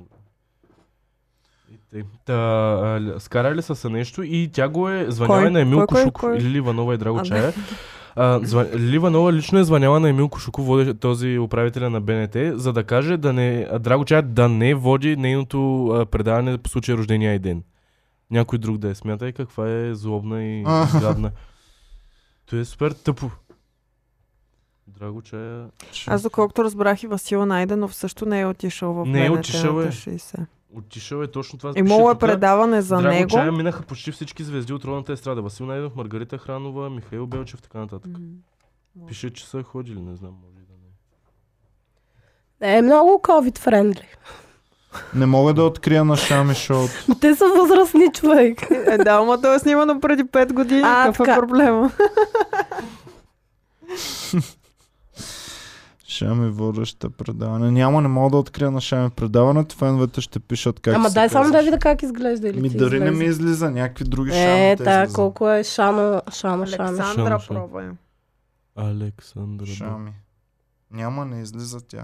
[SPEAKER 4] И тъй. Та, а, л- скарали са се нещо и тя го е звъняла
[SPEAKER 3] Кой?
[SPEAKER 4] на Емил
[SPEAKER 3] Кой, кой,
[SPEAKER 4] Кошуков
[SPEAKER 3] кой?
[SPEAKER 4] или Ливанова и Драго
[SPEAKER 3] А, да.
[SPEAKER 4] Чая. А, зва... Ливанова лично е звъняла на Емил Кошуков, води този управителя на БНТ, за да каже да не, а, Драго Чая да не води нейното а, предаване по случай рождения и ден. Някой друг да е. Смятай каква е злобна и
[SPEAKER 1] А.
[SPEAKER 4] гадна. То е супер тъпо. Драго Чая...
[SPEAKER 3] Аз доколкото разбрах и Васил Найденов също не е отишъл в
[SPEAKER 4] Не е
[SPEAKER 3] БНТ на
[SPEAKER 4] отишъл, бе.
[SPEAKER 3] 60.
[SPEAKER 4] Отишъл е точно това.
[SPEAKER 3] Имало е
[SPEAKER 4] пише тук.
[SPEAKER 3] предаване за
[SPEAKER 4] Драго
[SPEAKER 3] него.
[SPEAKER 4] Чая минаха почти всички звезди от родната естрада. Васил Найденов, Маргарита Хранова, Михаил Белчев, така нататък.
[SPEAKER 3] М.
[SPEAKER 4] Пише, че са ходили, не знам, може и да не.
[SPEAKER 2] Е много COVID-френдли.
[SPEAKER 1] Не мога да открия на шами шоуто.
[SPEAKER 2] Те са възрастни човек.
[SPEAKER 3] Е, да, ама то е снимано преди 5 години.
[SPEAKER 2] А,
[SPEAKER 3] Какъв е
[SPEAKER 2] така.
[SPEAKER 3] проблема?
[SPEAKER 1] Шами водеща предаване. Няма, не мога да открия на Шами предаването. Феновете ще пишат как
[SPEAKER 2] Ама
[SPEAKER 1] се
[SPEAKER 2] дай само да
[SPEAKER 1] казваш.
[SPEAKER 2] видя как изглежда. Или
[SPEAKER 1] Ми
[SPEAKER 2] ти
[SPEAKER 1] дори не
[SPEAKER 2] излезе.
[SPEAKER 1] ми излиза. Някакви други Шами
[SPEAKER 2] Е,
[SPEAKER 1] те
[SPEAKER 2] та,
[SPEAKER 1] излизат.
[SPEAKER 2] колко е шано, шано, шано.
[SPEAKER 3] Александра
[SPEAKER 4] Шано, шано.
[SPEAKER 3] пробва. е.
[SPEAKER 4] Александър. Шам.
[SPEAKER 1] Шами. Няма, не излиза тя.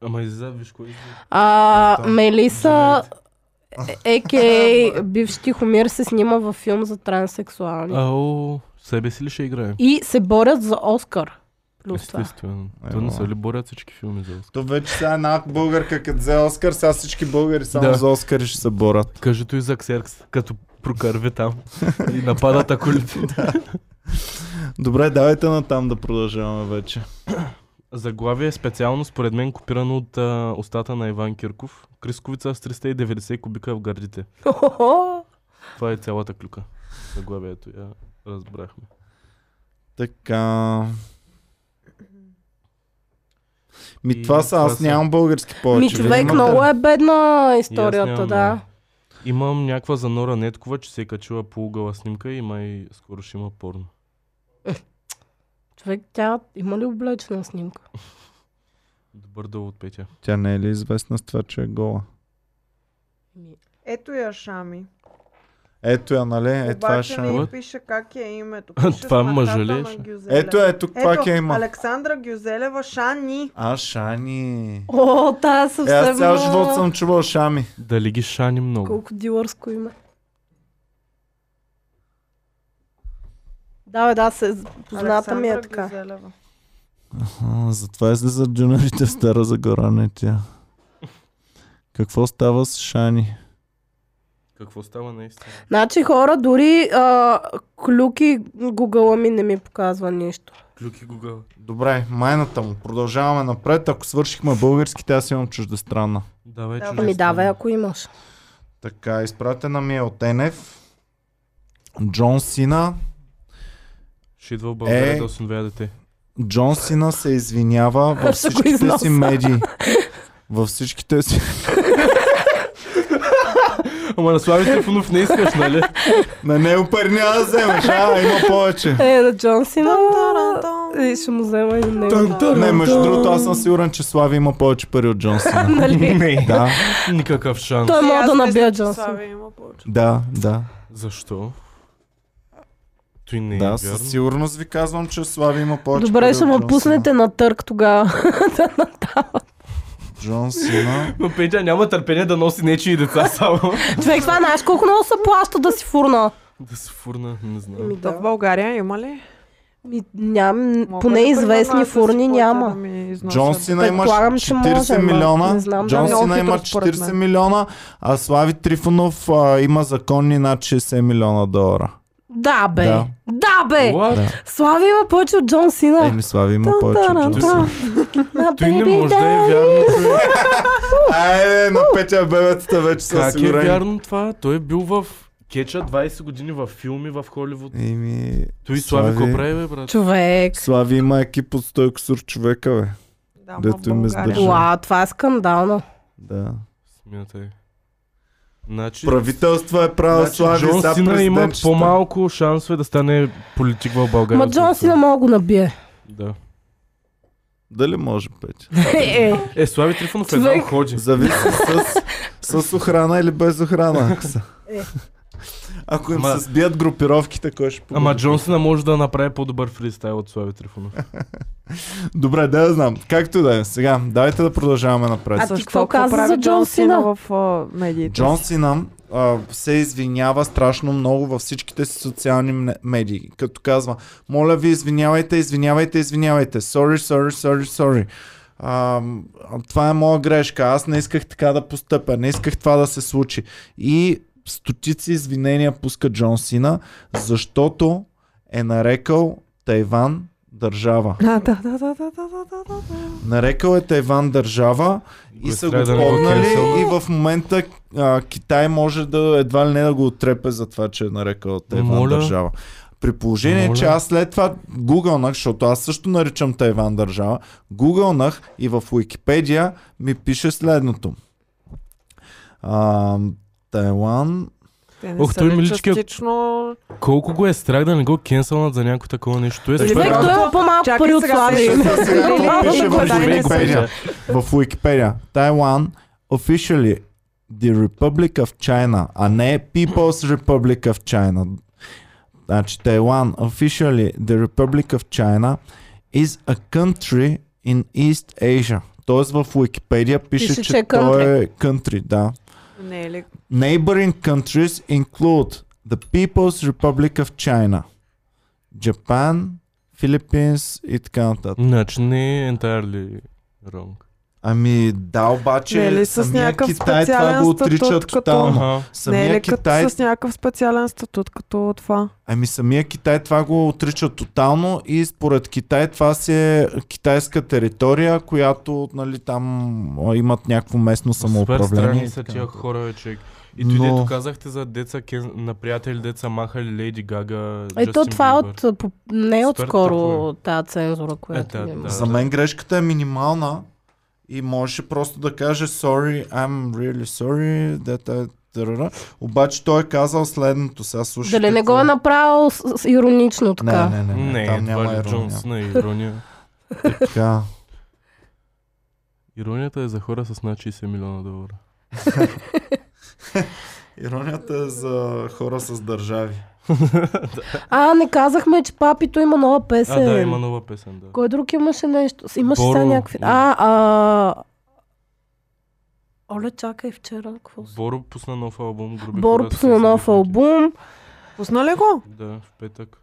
[SPEAKER 4] Ама излиза, виж кой излиза.
[SPEAKER 2] А,
[SPEAKER 1] Там.
[SPEAKER 2] Мелиса, *laughs* а.к.а. бивш Тихомир се снима във филм за
[SPEAKER 3] Ами.
[SPEAKER 2] транссексуални.
[SPEAKER 4] Ау, себе си ли ще играе?
[SPEAKER 2] И се борят за Оскар. Плюс това.
[SPEAKER 4] Естествено.
[SPEAKER 1] Ай,
[SPEAKER 4] То не са
[SPEAKER 1] ма.
[SPEAKER 4] ли борят всички филми за Оскар?
[SPEAKER 1] То вече сега една българка, като взе Оскар, сега всички българи само
[SPEAKER 4] Да.
[SPEAKER 1] за Оскари ще се борят.
[SPEAKER 4] Кажето и за Ксеркс, като прокърви там и нападат акулите.
[SPEAKER 1] Добре, давайте натам да продължаваме вече.
[SPEAKER 4] Заглавие е специално, според мен, копирано от а, устата на Иван Кирков. Крисковица с 390 кубика в гърдите.
[SPEAKER 2] Хо-хо-хо.
[SPEAKER 4] Това е цялата клюка. Заглавието я разбрахме.
[SPEAKER 1] Така. Ми
[SPEAKER 4] И
[SPEAKER 1] това са,
[SPEAKER 4] това
[SPEAKER 1] аз
[SPEAKER 4] са.
[SPEAKER 1] нямам български повече.
[SPEAKER 2] Ми
[SPEAKER 1] Вие
[SPEAKER 2] човек,
[SPEAKER 1] имате
[SPEAKER 2] много
[SPEAKER 1] ли?
[SPEAKER 2] е бедна
[SPEAKER 4] И аз
[SPEAKER 2] историята,
[SPEAKER 4] нямам,
[SPEAKER 2] да.
[SPEAKER 4] Имам някаква за Нора Неткова, че се е качила по угъла снимка и май скоро ще има порно.
[SPEAKER 2] Човек, тя има ли облечена снимка?
[SPEAKER 4] Добър дъл от Петя.
[SPEAKER 1] Тя не е ли известна с това, че е гола?
[SPEAKER 3] Ето я, Шами.
[SPEAKER 1] Ето я, нали? Е, това е
[SPEAKER 3] Обаче
[SPEAKER 1] шанс.
[SPEAKER 4] шамът.
[SPEAKER 3] не пише как е
[SPEAKER 4] *laughs*
[SPEAKER 3] името.
[SPEAKER 4] А,
[SPEAKER 3] Пише
[SPEAKER 4] това
[SPEAKER 3] с махата
[SPEAKER 4] мъже ли е,
[SPEAKER 3] на
[SPEAKER 4] ша?
[SPEAKER 3] Гюзелева.
[SPEAKER 1] Ето, ето, пак я има.
[SPEAKER 3] Александра Гюзелева, Шани.
[SPEAKER 1] А, Шани.
[SPEAKER 2] О, тази
[SPEAKER 1] Е,
[SPEAKER 2] съвсем...
[SPEAKER 1] аз цял
[SPEAKER 2] а,
[SPEAKER 1] живот съм чувал Шами.
[SPEAKER 4] Дали ги шани много?
[SPEAKER 2] Колко дилърско има. Да, бе, да, се позната ми е
[SPEAKER 3] Александра
[SPEAKER 2] така.
[SPEAKER 3] Гюзелева.
[SPEAKER 1] А, затова излизат дюнарите в Стара Загора, не тя. Какво става с Шани?
[SPEAKER 4] Какво става наистина?
[SPEAKER 2] Значи хора, дори а, клюки Google ми не ми показва нищо.
[SPEAKER 4] Клюки Google.
[SPEAKER 1] Добре, майната му. Продължаваме напред. Ако свършихме българските, аз имам чуждестранна.
[SPEAKER 4] Давай,
[SPEAKER 3] Давай.
[SPEAKER 4] чужди
[SPEAKER 2] Ами
[SPEAKER 4] страни.
[SPEAKER 2] давай, ако имаш.
[SPEAKER 1] Така, изпратена ми е от НФ. Джон Сина.
[SPEAKER 4] Ще идва в България
[SPEAKER 1] Е.
[SPEAKER 4] да осиновя дете.
[SPEAKER 1] Джон Сина се извинява във
[SPEAKER 2] Аз ще го
[SPEAKER 1] всичките
[SPEAKER 2] износам.
[SPEAKER 1] си медии. Във всичките си...
[SPEAKER 4] Ама на Слави Стефанов не искаш, нали?
[SPEAKER 1] На него пари няма да вземеш, а? Има повече.
[SPEAKER 2] Е, да Джон Сина.
[SPEAKER 3] Тан-таран-тан.
[SPEAKER 2] И ще му взема и на него.
[SPEAKER 1] Не, между другото, аз съм сигурен, че Слави има повече пари от Джон Сина.
[SPEAKER 2] *laughs* Нали?
[SPEAKER 4] Не.
[SPEAKER 1] Да,
[SPEAKER 4] Никакъв шанс.
[SPEAKER 2] Той е
[SPEAKER 3] И
[SPEAKER 2] мога
[SPEAKER 3] Е, аз
[SPEAKER 2] да
[SPEAKER 3] мисля,
[SPEAKER 2] набия
[SPEAKER 3] че
[SPEAKER 2] Джон Сина.
[SPEAKER 3] Слави има повече.
[SPEAKER 1] да, да.
[SPEAKER 4] Защо? Той не е
[SPEAKER 1] Да,
[SPEAKER 4] вярно.
[SPEAKER 1] със сигурност ви казвам, че Слави има повече пари
[SPEAKER 2] Добре, ще
[SPEAKER 1] от
[SPEAKER 2] му
[SPEAKER 1] Джон
[SPEAKER 2] пуснете на търк тогава.
[SPEAKER 1] Сина. Джон Сина.
[SPEAKER 4] Но Петя няма търпение да носи нечии деца само.
[SPEAKER 2] Човек, това знаеш колко много се плаща да си фурна.
[SPEAKER 4] да се фурна, не знам.
[SPEAKER 2] Ми,
[SPEAKER 3] Да. В България има ли?
[SPEAKER 2] Ми, ням,
[SPEAKER 3] Мога
[SPEAKER 2] поне
[SPEAKER 3] ли при
[SPEAKER 2] известни
[SPEAKER 3] нас да си
[SPEAKER 2] фурни
[SPEAKER 3] ходя
[SPEAKER 2] няма.
[SPEAKER 3] да ми износят?
[SPEAKER 1] Джон Сина има
[SPEAKER 2] Предполагам, че
[SPEAKER 1] 40
[SPEAKER 2] може, ама
[SPEAKER 1] милиона.
[SPEAKER 2] не знам, е
[SPEAKER 1] Джон
[SPEAKER 3] да.
[SPEAKER 1] Сина
[SPEAKER 3] Много
[SPEAKER 1] има
[SPEAKER 3] хитро, според
[SPEAKER 1] 40
[SPEAKER 3] мен.
[SPEAKER 1] милиона, а Слави Трифонов а, има законни над 60 милиона долара.
[SPEAKER 2] Да, бе.
[SPEAKER 1] Да.
[SPEAKER 2] Да, бе.
[SPEAKER 4] What?
[SPEAKER 1] Да.
[SPEAKER 2] Слави има повече от Джон Сина.
[SPEAKER 1] Еми, Слави има повече от Джон
[SPEAKER 4] Джон
[SPEAKER 1] Сина.
[SPEAKER 2] На
[SPEAKER 4] Той не
[SPEAKER 2] baby
[SPEAKER 4] може да
[SPEAKER 2] doll.
[SPEAKER 4] е вярно. човек.
[SPEAKER 1] Айде, Е, на петя бебетата вече са
[SPEAKER 4] Как е
[SPEAKER 1] сигурен.
[SPEAKER 4] вярно това? Той е бил в кеча 20 години в филми в Холивуд.
[SPEAKER 1] Еми,
[SPEAKER 4] Той Слави
[SPEAKER 1] Слави-
[SPEAKER 4] какво прави, бе, брат?
[SPEAKER 2] Човек.
[SPEAKER 1] Слави има екип от 100 кусур човека, бе.
[SPEAKER 3] Да, ма
[SPEAKER 1] Дето им
[SPEAKER 3] България.
[SPEAKER 1] издържа.
[SPEAKER 2] Уа, това е скандално.
[SPEAKER 1] Да.
[SPEAKER 4] Смятай. Значи,
[SPEAKER 1] Правителство е правил
[SPEAKER 4] значи
[SPEAKER 1] Слави
[SPEAKER 4] Джон
[SPEAKER 1] са
[SPEAKER 4] Сина има
[SPEAKER 1] президентчета.
[SPEAKER 4] по-малко шансове да стане политик в България.
[SPEAKER 2] Ма Джон
[SPEAKER 4] отколкото-
[SPEAKER 2] Сина мога да го набие. *laughs*
[SPEAKER 4] Да.
[SPEAKER 1] Дали може, Петя?
[SPEAKER 2] Е, е.
[SPEAKER 4] Е, Слави Трифонов е
[SPEAKER 2] Човек.
[SPEAKER 4] дал ходи.
[SPEAKER 1] Зависи с, с охрана или без охрана. ако са.
[SPEAKER 2] Е.
[SPEAKER 1] Ако им
[SPEAKER 4] Ама-
[SPEAKER 1] се сбият групировките, кой ще
[SPEAKER 4] Ама
[SPEAKER 1] победи?
[SPEAKER 4] Джон Сина може да направи по-добър фристайл от Слави Трифонов.
[SPEAKER 1] Добре, да я знам. Както и да е. Сега, давайте да продължаваме напред.
[SPEAKER 2] А ти какво каза
[SPEAKER 3] прави
[SPEAKER 2] за Джон Сина?
[SPEAKER 3] в а, медиите?
[SPEAKER 1] Джон Сина а, се извинява страшно много във всичките си социални мне- медии, като казва, моля ви, извинявайте, извинявайте, извинявайте, sorry, sorry, sorry, sorry. А, м, а, това е моя грешка, аз не исках така да постъпя, не исках това да се случи. И стотици извинения пуска Джон Сина, защото е нарекал Тайван държава.
[SPEAKER 3] А, да, да, да, да, да, да, да, да.
[SPEAKER 1] Нарекал е Тайван държава и
[SPEAKER 4] Го
[SPEAKER 1] са го
[SPEAKER 4] трябва да не го
[SPEAKER 1] помнали
[SPEAKER 4] кенселват.
[SPEAKER 1] и в момента а, Китай може да едва ли не да го отрепе за това, че е нарекал Тайван
[SPEAKER 4] Моля.
[SPEAKER 1] държава. При положение,
[SPEAKER 4] Моля.
[SPEAKER 1] че аз след това гугълнах, защото аз също наричам Тайван държава, гугълнах и в Уикипедия ми пише следното. А, Тайлан...
[SPEAKER 3] Те не
[SPEAKER 4] Ох,
[SPEAKER 3] са
[SPEAKER 4] той
[SPEAKER 3] ли
[SPEAKER 4] миличкият-
[SPEAKER 3] частично
[SPEAKER 4] Колко го е страх да не го кенселнат за някакво такова нещо. Той е
[SPEAKER 1] Или
[SPEAKER 4] супер-
[SPEAKER 2] Човек,
[SPEAKER 1] сега-
[SPEAKER 2] той има по-малко
[SPEAKER 3] Чакай
[SPEAKER 2] пари от
[SPEAKER 3] сега,
[SPEAKER 2] Слави.
[SPEAKER 3] сега,
[SPEAKER 2] *laughs*
[SPEAKER 3] сега, сега,
[SPEAKER 2] Или-
[SPEAKER 3] това
[SPEAKER 1] пише в
[SPEAKER 2] Дай не
[SPEAKER 4] Човек,
[SPEAKER 2] се-
[SPEAKER 1] Уикипедия. В Уикипедия. Тайван officially the Republic of China, а не People's Republic of China. Значи Тайван officially the Republic of China is a country in East Asia. Тоест в Уикипедия пише,
[SPEAKER 2] Пише,
[SPEAKER 1] че,
[SPEAKER 2] че е
[SPEAKER 1] той е country, да.
[SPEAKER 3] не е ли?
[SPEAKER 1] Neighboring countries include the People's Republic of China, Japan, Philippines и така нататък.
[SPEAKER 4] Значи не е entirely wrong.
[SPEAKER 1] Ами да, обаче
[SPEAKER 3] Не е ли с
[SPEAKER 1] самия
[SPEAKER 3] някакъв
[SPEAKER 1] Китай това
[SPEAKER 3] специален
[SPEAKER 1] го
[SPEAKER 3] статут
[SPEAKER 1] отричат
[SPEAKER 3] като-
[SPEAKER 1] тотално.
[SPEAKER 4] Аха.
[SPEAKER 3] не е
[SPEAKER 1] Самия
[SPEAKER 3] ли
[SPEAKER 1] Китай
[SPEAKER 3] като с някакъв специален статут, като това?
[SPEAKER 1] Ами самия Китай това го отрича тотално и според Китай това си е китайска територия, която нали, там а, имат някакво местно
[SPEAKER 4] Супер
[SPEAKER 1] самоуправление.
[SPEAKER 4] странни
[SPEAKER 1] и
[SPEAKER 4] са
[SPEAKER 1] така
[SPEAKER 4] тия
[SPEAKER 1] нататък.
[SPEAKER 4] хора, бе, човек. И той
[SPEAKER 1] Но-
[SPEAKER 4] дето казахте за деца, кен- на приятели деца махали Леди Гага,
[SPEAKER 2] Ето
[SPEAKER 4] Джастин
[SPEAKER 2] това е
[SPEAKER 4] Бибър.
[SPEAKER 2] от, а, по, не е
[SPEAKER 4] Супер
[SPEAKER 2] отскоро
[SPEAKER 4] тъпо
[SPEAKER 2] тази цензура, която
[SPEAKER 4] да,
[SPEAKER 2] е,
[SPEAKER 4] да.
[SPEAKER 1] За мен грешката е минимална и можеше просто да каже sorry, I'm really sorry, that I... Тарара. Обаче той е казал следното, сега слушай.
[SPEAKER 2] Дали не го е направил с, с иронично така?
[SPEAKER 1] Не, не, не, не,
[SPEAKER 4] Не,
[SPEAKER 1] там няма
[SPEAKER 4] това е
[SPEAKER 1] ирония.
[SPEAKER 4] Джонс на ирония.
[SPEAKER 1] Така.
[SPEAKER 4] Иронията е за хора с над 60 милиона долара.
[SPEAKER 1] Иронията е за хора с държави.
[SPEAKER 2] А, не казахме, че папито има нова песен.
[SPEAKER 4] А, да, има нова песен, да.
[SPEAKER 2] Кой друг имаше нещо? С- Имаше сега
[SPEAKER 4] Боро,
[SPEAKER 2] някакви...
[SPEAKER 4] да.
[SPEAKER 2] А, а... Оле, чакай вчера, какво се...
[SPEAKER 4] Боро пусна нов албум. Груби
[SPEAKER 2] Боро
[SPEAKER 4] хора с
[SPEAKER 2] пусна нов
[SPEAKER 4] сексуални
[SPEAKER 2] албум.
[SPEAKER 3] Пусна ли го?
[SPEAKER 4] контакти. Да, в петък.